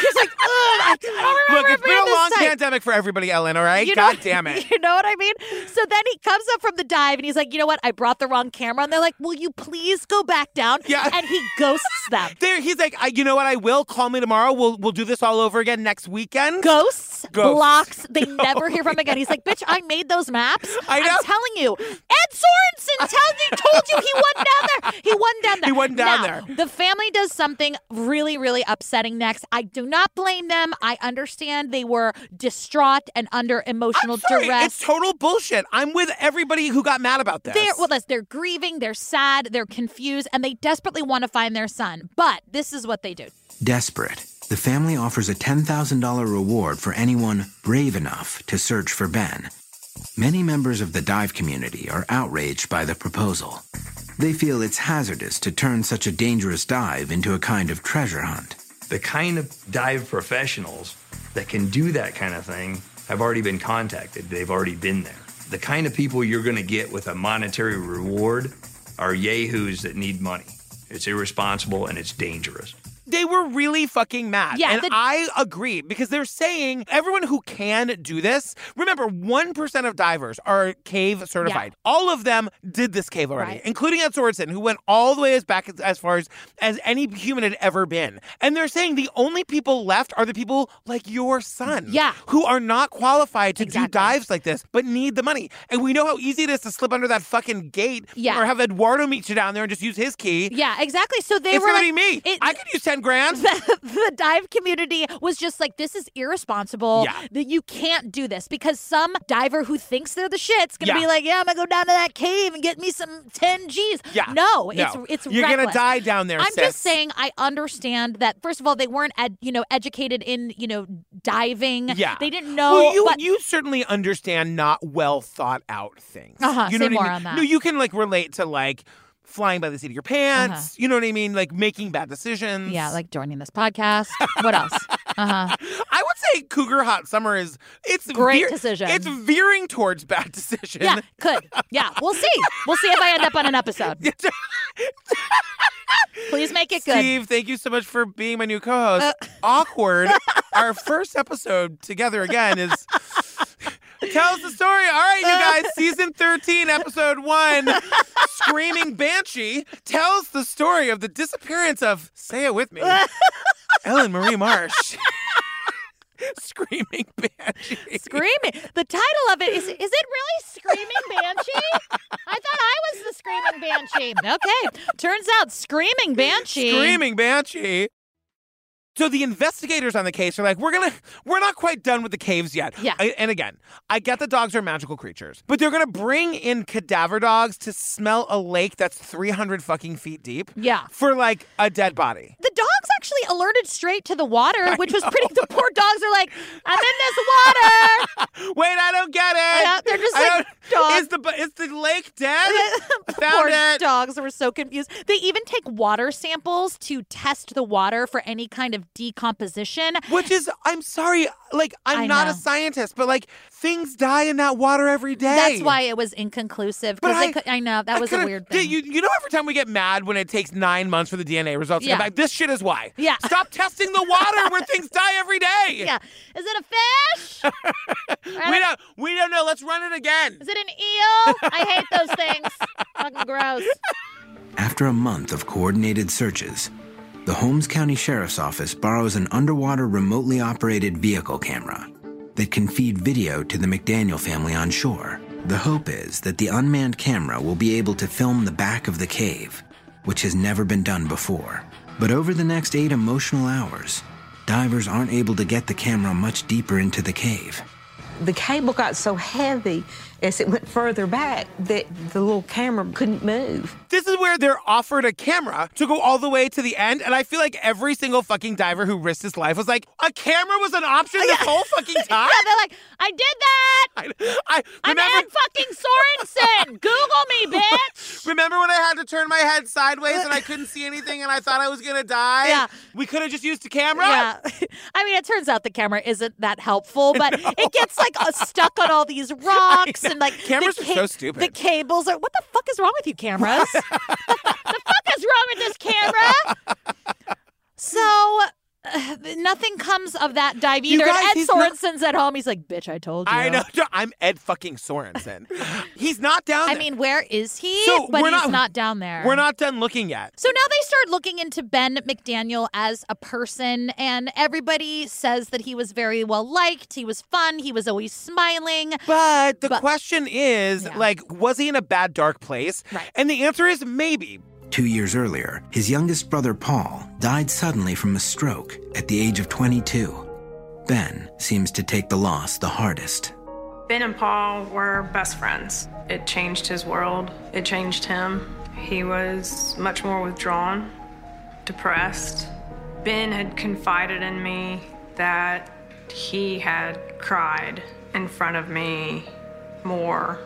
[SPEAKER 2] he's like, ugh, I, I don't remember
[SPEAKER 1] Look,
[SPEAKER 2] it
[SPEAKER 1] it's been
[SPEAKER 2] being
[SPEAKER 1] a
[SPEAKER 2] this
[SPEAKER 1] long
[SPEAKER 2] tight.
[SPEAKER 1] pandemic for everybody, Ellen. All right,
[SPEAKER 2] You know-
[SPEAKER 1] God damn it.
[SPEAKER 2] You know what I mean? So then he comes up from the dive and he's like, you know what? I brought the wrong camera. And they're like, will you please go back down?
[SPEAKER 1] Yeah.
[SPEAKER 2] And he ghosts them.
[SPEAKER 1] There, he's like, I, you know what? I will call me tomorrow. We'll we'll do this all over again next weekend.
[SPEAKER 2] Ghosts,
[SPEAKER 1] Ghosts.
[SPEAKER 2] blocks, they never hear from again. He's like, bitch, I made those maps.
[SPEAKER 1] I know.
[SPEAKER 2] am telling you. Ed Sorensen tell you, told you he wasn't down there. He wasn't down there.
[SPEAKER 1] He wasn't down
[SPEAKER 2] Now,
[SPEAKER 1] there.
[SPEAKER 2] The family does something really, really upsetting next. I do not blame them. I understand they were distraught and under emotional
[SPEAKER 1] Sorry,
[SPEAKER 2] duress.
[SPEAKER 1] It's total bullshit. I'm with everybody who got mad about this.
[SPEAKER 2] They're well, that's- they're grieving, they're sad, they're confused, and they desperately want to find their son. But this is what they do.
[SPEAKER 3] Desperate, the family offers a $10,000 reward for anyone brave enough to search for Ben. Many members of the dive community are outraged by the proposal. They feel it's hazardous to turn such a dangerous dive into a kind of treasure hunt.
[SPEAKER 9] the kind of dive professionals that can do that kind of thing have already been contacted. They've already been there. The kind of people you're going to get with a monetary reward are yahoos that need money. It's irresponsible and it's dangerous.
[SPEAKER 1] they were really fucking mad.
[SPEAKER 2] Yeah,
[SPEAKER 1] and
[SPEAKER 2] the-
[SPEAKER 1] I agree because they're saying everyone who can do this. Remember, one percent of divers are cave certified. All of them did this cave already,
[SPEAKER 2] Right.
[SPEAKER 1] including Ed Sorensen, who went all the way as back as, as far as as any human had ever been. And they're saying the only people left are the people like your son,
[SPEAKER 2] Yeah.
[SPEAKER 1] who are not qualified to do
[SPEAKER 2] Exactly.
[SPEAKER 1] dives like this, but need the money. And we know how easy it is to slip under that fucking gate,
[SPEAKER 2] Yeah.
[SPEAKER 1] or have Eduardo meet you down there and just use his key.
[SPEAKER 2] Yeah, exactly. So they
[SPEAKER 1] It's
[SPEAKER 2] were
[SPEAKER 1] gonna
[SPEAKER 2] like,
[SPEAKER 1] be me.
[SPEAKER 2] it-
[SPEAKER 1] I could use ten grand.
[SPEAKER 2] the, the dive community was just like, this is irresponsible.
[SPEAKER 1] Yeah.
[SPEAKER 2] That you can't do this because some diver who thinks they're the shit's gonna
[SPEAKER 1] Yeah.
[SPEAKER 2] be like, yeah, I'm gonna go down to that cave and get me some 10 G's.
[SPEAKER 1] Yeah.
[SPEAKER 2] No, it's it's
[SPEAKER 1] you're gonna
[SPEAKER 2] reckless.
[SPEAKER 1] die down there.
[SPEAKER 2] I'm
[SPEAKER 1] sis.
[SPEAKER 2] just saying I understand that first of all they weren't ed, you know educated in you know diving
[SPEAKER 1] Yeah.
[SPEAKER 2] they didn't know
[SPEAKER 1] well, you
[SPEAKER 2] but
[SPEAKER 1] you certainly understand not well thought out things.
[SPEAKER 2] Uh-huh,
[SPEAKER 1] You know
[SPEAKER 2] say
[SPEAKER 1] what I
[SPEAKER 2] more
[SPEAKER 1] mean?
[SPEAKER 2] on that.
[SPEAKER 1] No, you can like relate to like flying by the seat of your pants. You know what I mean? Like making bad decisions.
[SPEAKER 2] Uh-huh. Yeah, like joining this podcast. What else? Uh huh.
[SPEAKER 1] I would say Cougar Hot Summer is it's
[SPEAKER 2] Great decision.
[SPEAKER 1] It's veering towards bad decision.
[SPEAKER 2] Yeah, could. Yeah, we'll see. We'll see if I end up on an episode. Please make it good. Uh,
[SPEAKER 1] Steve, thank you so much for being my new co-host. Awkward. Our first episode together again is tell us the story. All right, you
[SPEAKER 2] Uh,
[SPEAKER 1] guys, season 13, episode 1, Screaming Banshee tells the story of the disappearance of say it with me. Ellen Marie Marsh. Screaming Banshee.
[SPEAKER 2] Screaming. The title of it is Is it really Screaming Banshee? I thought I was the Screaming Banshee. Okay. Turns out Screaming Banshee.
[SPEAKER 1] Screaming Banshee. So the investigators on the case are like, we're gonna, we're not quite done with the caves yet.
[SPEAKER 2] Yeah.
[SPEAKER 1] I- and again, I get the dogs are magical creatures, but they're gonna bring in cadaver dogs to smell a lake that's 300 fucking feet deep.
[SPEAKER 2] Yeah.
[SPEAKER 1] For like a dead body.
[SPEAKER 2] The dogs actually alerted straight to the water, which was pretty. The poor dogs are like, I'm in this water.
[SPEAKER 1] Wait, I don't get it.
[SPEAKER 2] know, they're just
[SPEAKER 1] I
[SPEAKER 2] like,
[SPEAKER 1] don't-
[SPEAKER 2] dog-
[SPEAKER 1] Is the bu- is the lake dead? I
[SPEAKER 2] Poor
[SPEAKER 1] Found it.
[SPEAKER 2] dogs were so confused. They even take water samples to test the water for any kind of decomposition.
[SPEAKER 1] Which is, I'm sorry, like I'm
[SPEAKER 2] I
[SPEAKER 1] not a
[SPEAKER 2] know.
[SPEAKER 1] scientist, but like things die in that water every day.
[SPEAKER 2] That's why it was inconclusive.
[SPEAKER 1] But
[SPEAKER 2] Because I,
[SPEAKER 1] I-
[SPEAKER 2] could, I know that
[SPEAKER 1] I
[SPEAKER 2] was a
[SPEAKER 1] could've-
[SPEAKER 2] weird
[SPEAKER 1] Did
[SPEAKER 2] thing.
[SPEAKER 1] You, you know, every time we get mad when it takes nine months for the DNA results to
[SPEAKER 2] Yeah.
[SPEAKER 1] come back, this shit is why.
[SPEAKER 2] Yeah.
[SPEAKER 1] Stop testing the water where things die every day.
[SPEAKER 2] yeah, is it a fish?
[SPEAKER 1] We don't, we don't know. Let's run it again.
[SPEAKER 2] Is it an eel? I hate those things. Fucking gross.
[SPEAKER 3] After a month of coordinated searches, the Holmes County Sheriff's Office borrows an underwater remotely operated vehicle camera that can feed video to the McDaniel family on shore. The hope is that the unmanned camera will be able to film the back of the cave, which has never been done before. But over the next eight emotional hours, divers aren't able to get the camera much deeper into the cave.
[SPEAKER 6] The cable got so heavy as it went further back that the little camera couldn't move.
[SPEAKER 1] This is where they're offered a camera to go all the way to the end, and I feel like every single fucking diver who risked his life was like, a camera was an option this whole fucking time.
[SPEAKER 2] Yeah, they're like, I did that.
[SPEAKER 1] I, I
[SPEAKER 2] I'm Ann
[SPEAKER 1] remember,
[SPEAKER 2] fucking Sorensen. Google me, bitch.
[SPEAKER 1] remember when I had to turn my head sideways and I couldn't see anything and I thought I was gonna die?
[SPEAKER 2] Yeah.
[SPEAKER 1] We could have just used the camera.
[SPEAKER 2] Yeah. I mean, it turns out the camera isn't that helpful, but it gets like uh, stuck on all these rocks and like the
[SPEAKER 1] Cameras are so
[SPEAKER 2] The
[SPEAKER 1] stupid.
[SPEAKER 2] cables are. What the fuck is wrong with you, cameras? the, fu- the fuck is wrong with this camera? So. uh, nothing comes of that dive
[SPEAKER 1] You
[SPEAKER 2] either.
[SPEAKER 1] guys,
[SPEAKER 2] and Ed
[SPEAKER 1] he's not-
[SPEAKER 2] Sorensen's at home. He's like, "Bitch, I told you."
[SPEAKER 1] I know. I'm Ed fucking Sorensen. He's not down
[SPEAKER 2] I
[SPEAKER 1] there.
[SPEAKER 2] mean, where is he?
[SPEAKER 1] So,
[SPEAKER 2] but
[SPEAKER 1] we're
[SPEAKER 2] he's
[SPEAKER 1] not-
[SPEAKER 2] not down there.
[SPEAKER 1] We're not done looking yet.
[SPEAKER 2] So now they start looking into Ben McDaniel as a person, and everybody says that he was very well liked. He was fun. He was always smiling.
[SPEAKER 1] But the
[SPEAKER 2] But-
[SPEAKER 1] question is,
[SPEAKER 2] Yeah.
[SPEAKER 1] like, was he in a bad dark place?
[SPEAKER 2] Right.
[SPEAKER 1] And the answer is maybe.
[SPEAKER 3] Two years earlier, his youngest brother Paul died suddenly from a stroke at the age of 22. Ben seems to take the loss the hardest.
[SPEAKER 5] Ben and Paul were best friends. It changed his world, it changed him. He was much more withdrawn, depressed. Ben had confided in me that he had cried in front of me more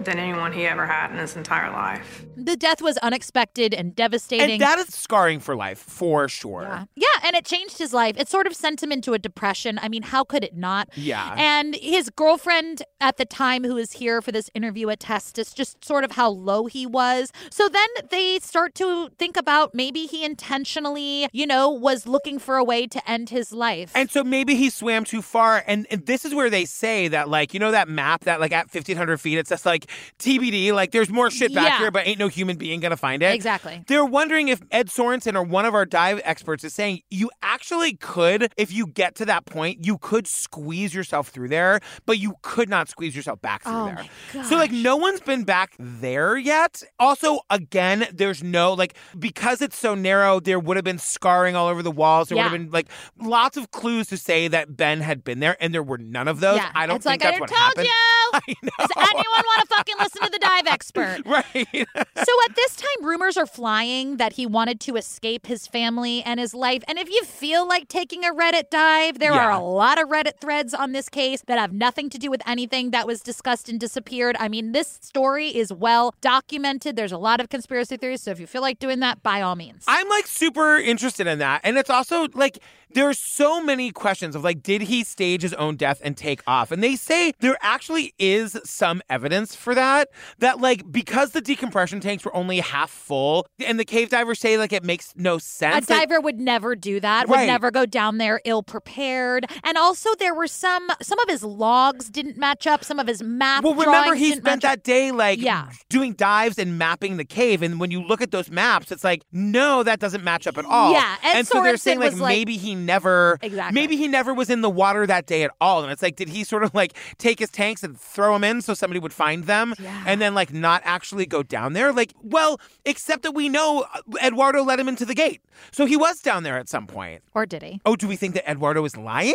[SPEAKER 5] than anyone he ever had in his entire life.
[SPEAKER 2] The death was unexpected and devastating.
[SPEAKER 1] And that is scarring for life, for sure.
[SPEAKER 2] yeah. Yeah, and it changed his life. It sort of sent him into a depression. I mean, how could it not?
[SPEAKER 1] Yeah.
[SPEAKER 2] And his girlfriend at the time, who is here for this interview at Testis, just sort of how low he was. So then they start to think about maybe he intentionally, you know, was looking for a way to end his life.
[SPEAKER 1] And so maybe he swam too far. And, and this is where they say that, like, you know, that map that, like, at 1,500 feet, it's just like TBD, like, there's more shit back
[SPEAKER 2] Yeah.
[SPEAKER 1] here, but ain't no human being gonna find it.
[SPEAKER 2] Exactly.
[SPEAKER 1] They're wondering if Ed Sorensen or one of our dive experts is saying you actually could, if you get to that point, you could squeeze yourself through there, but you could not squeeze yourself back through
[SPEAKER 2] Oh
[SPEAKER 1] there.
[SPEAKER 2] my
[SPEAKER 1] So like no one's been back there yet. Also, again, there's no like because it's so narrow, there would have been scarring all over the walls. There would
[SPEAKER 2] Yeah.
[SPEAKER 1] have been like lots of clues to say that Ben had been there, and there were none of those.
[SPEAKER 2] yeah.
[SPEAKER 1] I don't
[SPEAKER 2] it's
[SPEAKER 1] think
[SPEAKER 2] like,
[SPEAKER 1] that's
[SPEAKER 2] I
[SPEAKER 1] what
[SPEAKER 2] told
[SPEAKER 1] happened.
[SPEAKER 2] you.
[SPEAKER 1] I
[SPEAKER 2] Does anyone want to fucking listen to the dive expert?
[SPEAKER 1] know. Right.
[SPEAKER 2] So at this time, rumors are flying that he wanted to escape his family and his life. And if you feel like taking a Reddit dive, there are
[SPEAKER 1] Yeah.
[SPEAKER 2] a lot of Reddit threads on this case that have nothing to do with anything that was discussed and disappeared. I mean, this story is well documented. There's a lot of conspiracy theories. So if you feel like doing that, by all means.
[SPEAKER 1] I'm like super interested in that. And it's also like there are so many questions of like, did he stage his own death and take off? And they say there actually is some evidence for that. That like because the decompression tanks were only half full, and the cave divers say like it makes no
[SPEAKER 2] a
[SPEAKER 1] sense. that-
[SPEAKER 2] diver would never do that. Would
[SPEAKER 1] Right.
[SPEAKER 2] never go down there ill prepared. And also, there were some some of his logs didn't match up. Some of his map.
[SPEAKER 1] well, remember
[SPEAKER 2] drawings
[SPEAKER 1] he
[SPEAKER 2] didn't
[SPEAKER 1] spent
[SPEAKER 2] match up.
[SPEAKER 1] that day like
[SPEAKER 2] Yeah.
[SPEAKER 1] doing dives and mapping the cave, and when you look at those maps, it's like no, that doesn't match up at all.
[SPEAKER 2] Yeah, and
[SPEAKER 1] and, so they're
[SPEAKER 2] Sorensen
[SPEAKER 1] saying like,
[SPEAKER 2] was like-
[SPEAKER 1] maybe he never,
[SPEAKER 2] Exactly.
[SPEAKER 1] maybe he never was in the water that day at all, and it's like did he sort of like take his tanks and throw them in so somebody would find them,
[SPEAKER 2] Yeah.
[SPEAKER 1] and then like not actually go down there? Like, well, except that we know uh, Eduardo let him into the gate, so he was down there at some point.
[SPEAKER 2] Or did he?
[SPEAKER 1] Oh, do we think that Eduardo is lying?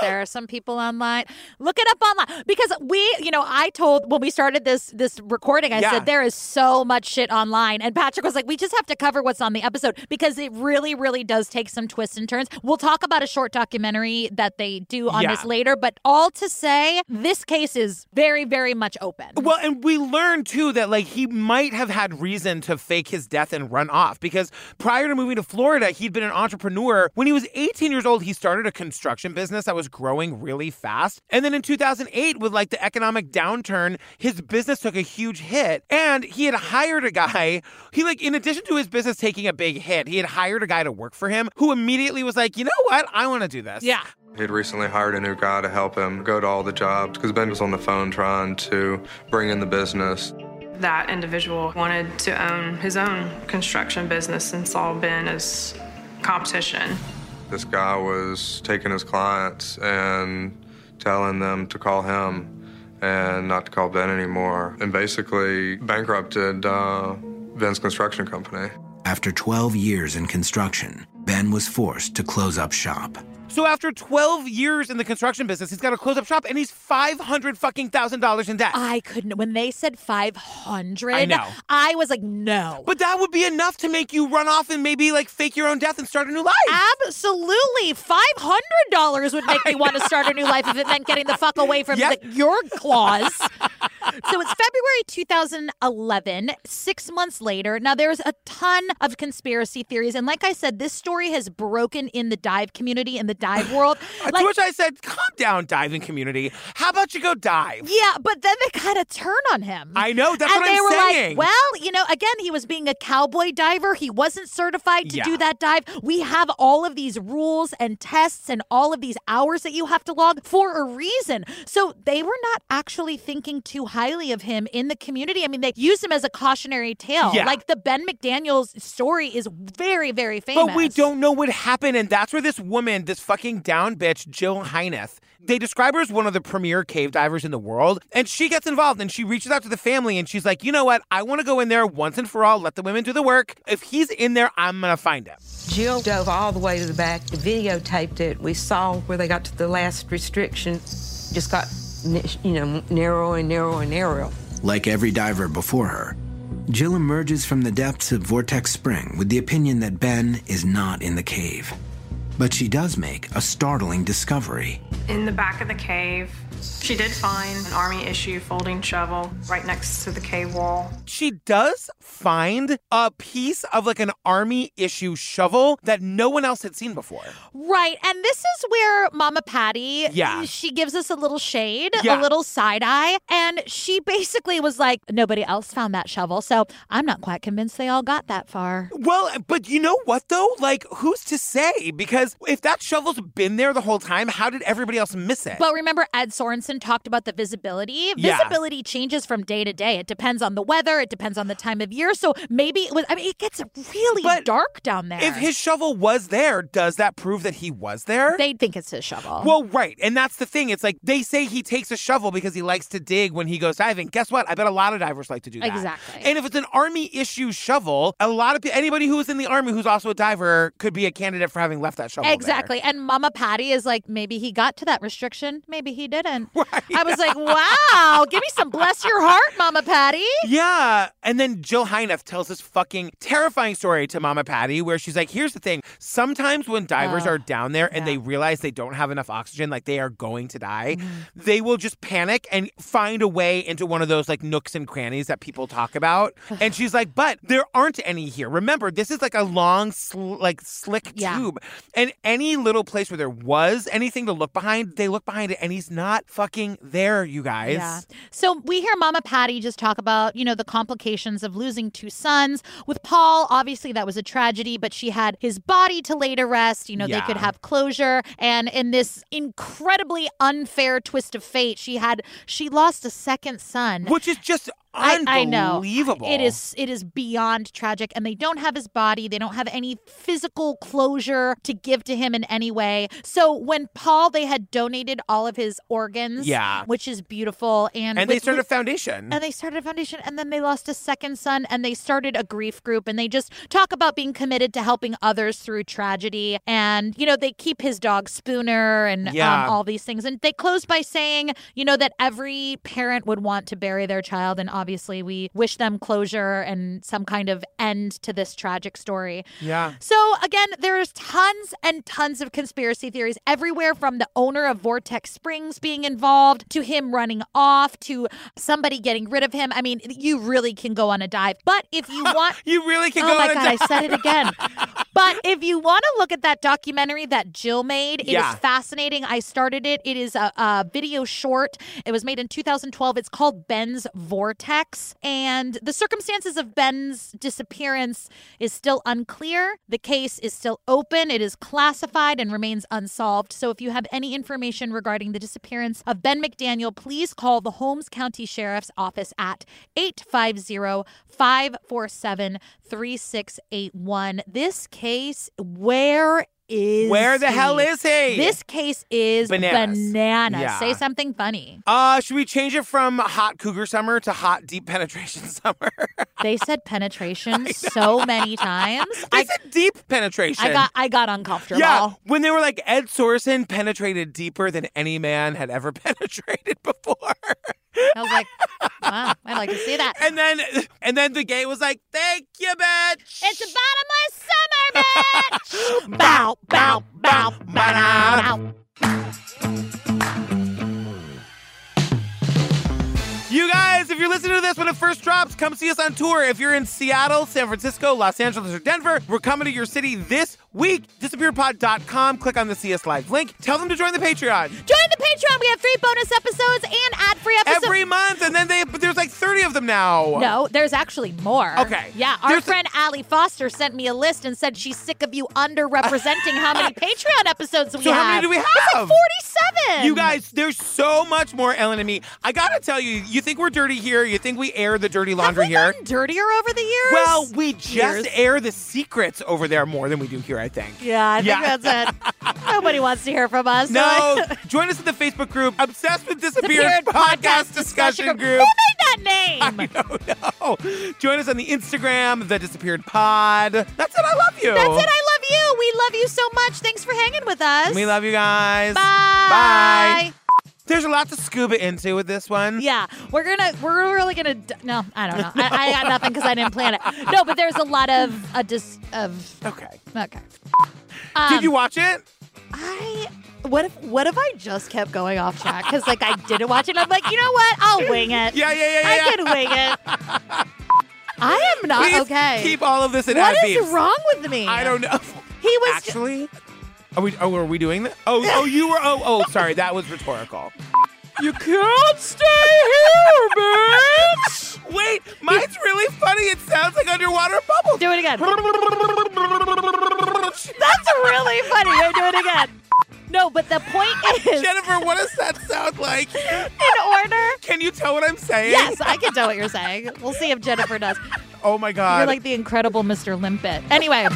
[SPEAKER 2] there are some people online. Look it up online because we, you know, I told when we started this this recording, I
[SPEAKER 1] Yeah.
[SPEAKER 2] said there is so much shit online, and Patrick was like, we just have to cover what's on the episode because it really, really does take some twists and turns. We'll talk about a short documentary that they do on
[SPEAKER 1] Yeah.
[SPEAKER 2] this later, but all to say, this case is very, very much open.
[SPEAKER 1] Well, and we learned too that like he might have had reason to fake his death and run off because prior to moving to Florida, he'd been an entrepreneur. When he was 18 years old, he started a construction business that was growing really fast. And then in 2008, with like the economic downturn, his business took a huge hit. And he had hired a guy. He like in addition to his business taking a big hit, he had hired a guy to work for him who immediately was like, you know what, I want to do this.
[SPEAKER 2] yeah.
[SPEAKER 4] He'd recently hired a new guy to help him go to all the jobs because Ben was on the phone trying to bring in the business.
[SPEAKER 5] That individual wanted to own his own construction business and saw Ben as competition.
[SPEAKER 4] This guy was taking his clients and telling them to call him and not to call Ben anymore, and basically bankrupted uh, Ben's construction company.
[SPEAKER 3] After 12 years in construction, Ben was forced to close up shop.
[SPEAKER 1] So after 12 years in the construction business, he's got to close up shop and he's 500 fucking thousand dollars in debt.
[SPEAKER 2] I couldn't. When they said 500,
[SPEAKER 1] I know.
[SPEAKER 2] I was like, no.
[SPEAKER 1] but that would be enough to make you run off and maybe like fake your own death and start a new life.
[SPEAKER 2] Uh, Absolutely. $500 would make me want to start a new life if it meant getting the fuck away from
[SPEAKER 1] Yep.
[SPEAKER 2] the, your claws. so it's February 2011, six months later. Now, there's a ton of conspiracy theories. And like I said, this story has broken in the dive community, in the dive world. like,
[SPEAKER 1] to which I said, calm down, diving community. How about you go dive?
[SPEAKER 2] yeah, but then they kind of turn on him.
[SPEAKER 1] I know, that's
[SPEAKER 2] and
[SPEAKER 1] what
[SPEAKER 2] they
[SPEAKER 1] I'm
[SPEAKER 2] were
[SPEAKER 1] saying.
[SPEAKER 2] like, well, you know, again, he was being a cowboy diver. He wasn't certified to
[SPEAKER 1] Yeah.
[SPEAKER 2] do that dive. We have all of these rules and tests and all of these hours that you have to log for a reason. So they were not actually thinking too highly of him in the community. I mean, they used him as a cautionary tale.
[SPEAKER 1] Yeah.
[SPEAKER 2] Like the Ben McDaniels story is very, very famous.
[SPEAKER 1] But we don't know what happened, and that's where this woman, this fucking down bitch, Jill Heineth, they describe her as one of the premier cave divers in the world, and she gets involved and she reaches out to the family and she's like, you know what? I want to go in there once and for all, let the women do the work. If he's in there, I'm gonna find him.
[SPEAKER 6] Jill dove all the way to the back, videotaped it. We saw where they got to the last restriction. Just got, n- you know, narrower and narrower and narrower.
[SPEAKER 3] Like every diver before her, Jill emerges from the depths of Vortex Spring with the opinion that Ben is not in the cave. But she does make a startling discovery.
[SPEAKER 5] In the back of the cave, she did find an army issue folding shovel right next to the cave wall.
[SPEAKER 1] She does find a piece of like an army issue shovel that no one else had seen before.
[SPEAKER 2] Right. And this is where Mama Patty,
[SPEAKER 1] Yeah.
[SPEAKER 2] she gives us a little shade,
[SPEAKER 1] Yeah.
[SPEAKER 2] a little side eye. And she basically was like, nobody else found that shovel. So I'm not quite convinced they all got that far.
[SPEAKER 1] Well, but you know what though? Like, who's to say? Because if that shovel's been there the whole time, how did everybody else miss it?
[SPEAKER 2] But remember, Ed Sorensen talked about the visibility.
[SPEAKER 1] Yeah.
[SPEAKER 2] Visibility changes from day to day. It depends on the weather, it depends on the time of year. So maybe it was, I mean, it gets really
[SPEAKER 1] But
[SPEAKER 2] dark down there.
[SPEAKER 1] If his shovel was there, does that prove that he was there?
[SPEAKER 2] they think it's his shovel.
[SPEAKER 1] well, right. And that's the thing. It's like they say he takes a shovel because he likes to dig when he goes diving. Guess what? I bet a lot of divers like to do that.
[SPEAKER 2] Exactly.
[SPEAKER 1] And if it's an army issue shovel, a lot of people, anybody who was in the army who's also a diver could be a candidate for having left that shovel. there.
[SPEAKER 2] Exactly. And Mama Patty is like, maybe he got to that restriction. Maybe he didn't. I was like, wow, give me some bless your heart, Mama Patty.
[SPEAKER 1] Yeah. And then Jill Heinef tells this fucking terrifying story to Mama Patty where she's like, here's the thing. Sometimes when divers are down there and they realize they don't have enough oxygen, like they are going to die, they will just panic and find a way into one of those like nooks and crannies that people talk about. and she's like, but there aren't any here. Remember, this is like a long, sl- like slick
[SPEAKER 2] Yeah.
[SPEAKER 1] tube. And any little place where there was anything to look behind, they look behind it and he's not fucking there, you guys.
[SPEAKER 2] So we hear Mama Patty just talk about, you know, the complications of losing two sons. With Paul, obviously that was a tragedy, but she had his body to lay to rest. You know, they could
[SPEAKER 1] Yeah.
[SPEAKER 2] have closure. And in this incredibly unfair twist of fate, she had she lost a second son.
[SPEAKER 1] Which is just
[SPEAKER 2] I,
[SPEAKER 1] unbelievable.
[SPEAKER 2] I know. It is it is beyond tragic and they don't have his body. They don't have any physical closure to give to him in any way. So when Paul they had donated all of his organs,
[SPEAKER 1] Yeah.
[SPEAKER 2] which is beautiful and
[SPEAKER 1] And they
[SPEAKER 2] with-
[SPEAKER 1] started a
[SPEAKER 2] with-
[SPEAKER 1] foundation.
[SPEAKER 2] and they started a foundation and then they lost a second son and they started a grief group and they just talk about being committed to helping others through tragedy and you know they keep his dog spooner and
[SPEAKER 1] Yeah.
[SPEAKER 2] um, all these things and they close by saying you know that every parent would want to bury their child and obviously we wish them closure and some kind of end to this tragic story
[SPEAKER 1] yeah.
[SPEAKER 2] so again, there's tons and tons of conspiracy theories everywhere from the owner of Vortex Springs being involved to him running off to somebody getting rid of him. I mean, you really can go on a dive. But if you want
[SPEAKER 1] You really can
[SPEAKER 2] Oh
[SPEAKER 1] go
[SPEAKER 2] my
[SPEAKER 1] on
[SPEAKER 2] god,
[SPEAKER 1] a
[SPEAKER 2] I
[SPEAKER 1] diet.
[SPEAKER 2] said it again. but if you want to look at that documentary that Jill made, it is
[SPEAKER 1] Yeah.
[SPEAKER 2] fascinating. I started it. It is a, a video short. It was made in 2012. It's called Ben's Vortex, and the circumstances of Ben's disappearance is still unclear. The case is still open. It is classified and remains unsolved. So if you have any information regarding the disappearance of Ben McDaniel, please call the Holmes County Sheriff's Office at 850 547 3681. This case case, where is
[SPEAKER 1] Where the hell
[SPEAKER 2] he?
[SPEAKER 1] is he?
[SPEAKER 2] This case is
[SPEAKER 1] Bananas.
[SPEAKER 2] bananas.
[SPEAKER 1] Yeah.
[SPEAKER 2] Say something funny.
[SPEAKER 1] Uh, should we change it from hot cougar summer to hot deep penetration summer?
[SPEAKER 2] They said penetration so many times.
[SPEAKER 1] I
[SPEAKER 2] I,
[SPEAKER 1] said deep penetration.
[SPEAKER 2] I got I got uncomfortable.
[SPEAKER 1] Yeah, when they were like Ed Sorsen penetrated deeper than any man had ever penetrated before.
[SPEAKER 2] I was like, wow, I'd like to see that.
[SPEAKER 1] And then and then the gay was like, "Thank you, bitch."
[SPEAKER 2] It's the bottom of summer, bitch! bow, bow, bow, bow, bow, bow.
[SPEAKER 1] You guys, if you're listening to this when it first drops, come see us on tour. If you're in Seattle, San Francisco, Los Angeles, or Denver, we're coming to your city this week. Disappearpod.com. Click on the CS Live link. Tell them to join the Patreon.
[SPEAKER 2] Join the Patreon. We have three bonus episodes and ad-free episodes.
[SPEAKER 1] Every month, and then they but there's like 30 of them now.
[SPEAKER 2] No, there's actually more.
[SPEAKER 1] Okay.
[SPEAKER 2] Yeah, our
[SPEAKER 1] There's-
[SPEAKER 2] friend Allie Foster sent me a list and said she's sick of you underrepresenting how many Patreon episodes we
[SPEAKER 1] So
[SPEAKER 2] have.
[SPEAKER 1] how many do we
[SPEAKER 2] It's like
[SPEAKER 1] have?
[SPEAKER 2] 47.
[SPEAKER 1] You guys, there's so much more Ellen and me. I gotta tell you, you think we're dirty here, you think we air the dirty
[SPEAKER 2] have
[SPEAKER 1] laundry
[SPEAKER 2] we
[SPEAKER 1] here.
[SPEAKER 2] gotten dirtier over the years?
[SPEAKER 1] Well, we just
[SPEAKER 2] Years.
[SPEAKER 1] air the secrets over there more than we do here, I think.
[SPEAKER 2] yeah, I think
[SPEAKER 1] yeah.
[SPEAKER 2] that's it. Nobody wants to hear from us.
[SPEAKER 1] No, join us in the Facebook group, Obsessed with Disappeared Podcast Discussion Group.
[SPEAKER 2] Who made that name?
[SPEAKER 1] Oh, no. Join us on the Instagram, The Disappeared Pod. That's it. I love you.
[SPEAKER 2] That's it. I love you. We love you so much. Thanks for hanging with us.
[SPEAKER 1] We love you guys. Bye.
[SPEAKER 2] Bye.
[SPEAKER 1] There's a lot to scuba into with this one.
[SPEAKER 2] Yeah, we're gonna we're really gonna d- no, I don't know. I, I got nothing because I didn't plan it. No, but there's a lot of a dis of
[SPEAKER 1] Okay.
[SPEAKER 2] okay. Um,
[SPEAKER 1] Did you watch it?
[SPEAKER 2] I what if what if I just kept going off track because like I didn't watch it. I'm like, you know what? I'll wing it.
[SPEAKER 1] Yeah, yeah, yeah, yeah.
[SPEAKER 2] I
[SPEAKER 1] yeah.
[SPEAKER 2] can wing it. I am not
[SPEAKER 1] Please
[SPEAKER 2] okay.
[SPEAKER 1] Keep all of this in
[SPEAKER 2] what
[SPEAKER 1] ad
[SPEAKER 2] is
[SPEAKER 1] beeps.
[SPEAKER 2] wrong with me?
[SPEAKER 1] I don't know.
[SPEAKER 2] He was
[SPEAKER 1] Actually, are we? Oh, are we doing that? Oh, oh, you were. Oh, oh, sorry. That was rhetorical. You can't stay here, bitch. Wait, mine's really funny. It sounds like underwater bubbles.
[SPEAKER 2] do it again. That's really funny. Wait, do it again. No, but the point is,
[SPEAKER 1] Jennifer, what does that sound like?
[SPEAKER 2] in order.
[SPEAKER 1] Can you tell what I'm saying?
[SPEAKER 2] Yes, I can tell what you're saying. We'll see if Jennifer does.
[SPEAKER 1] Oh my God.
[SPEAKER 2] You're like the incredible Mr. Limpet. Anyway.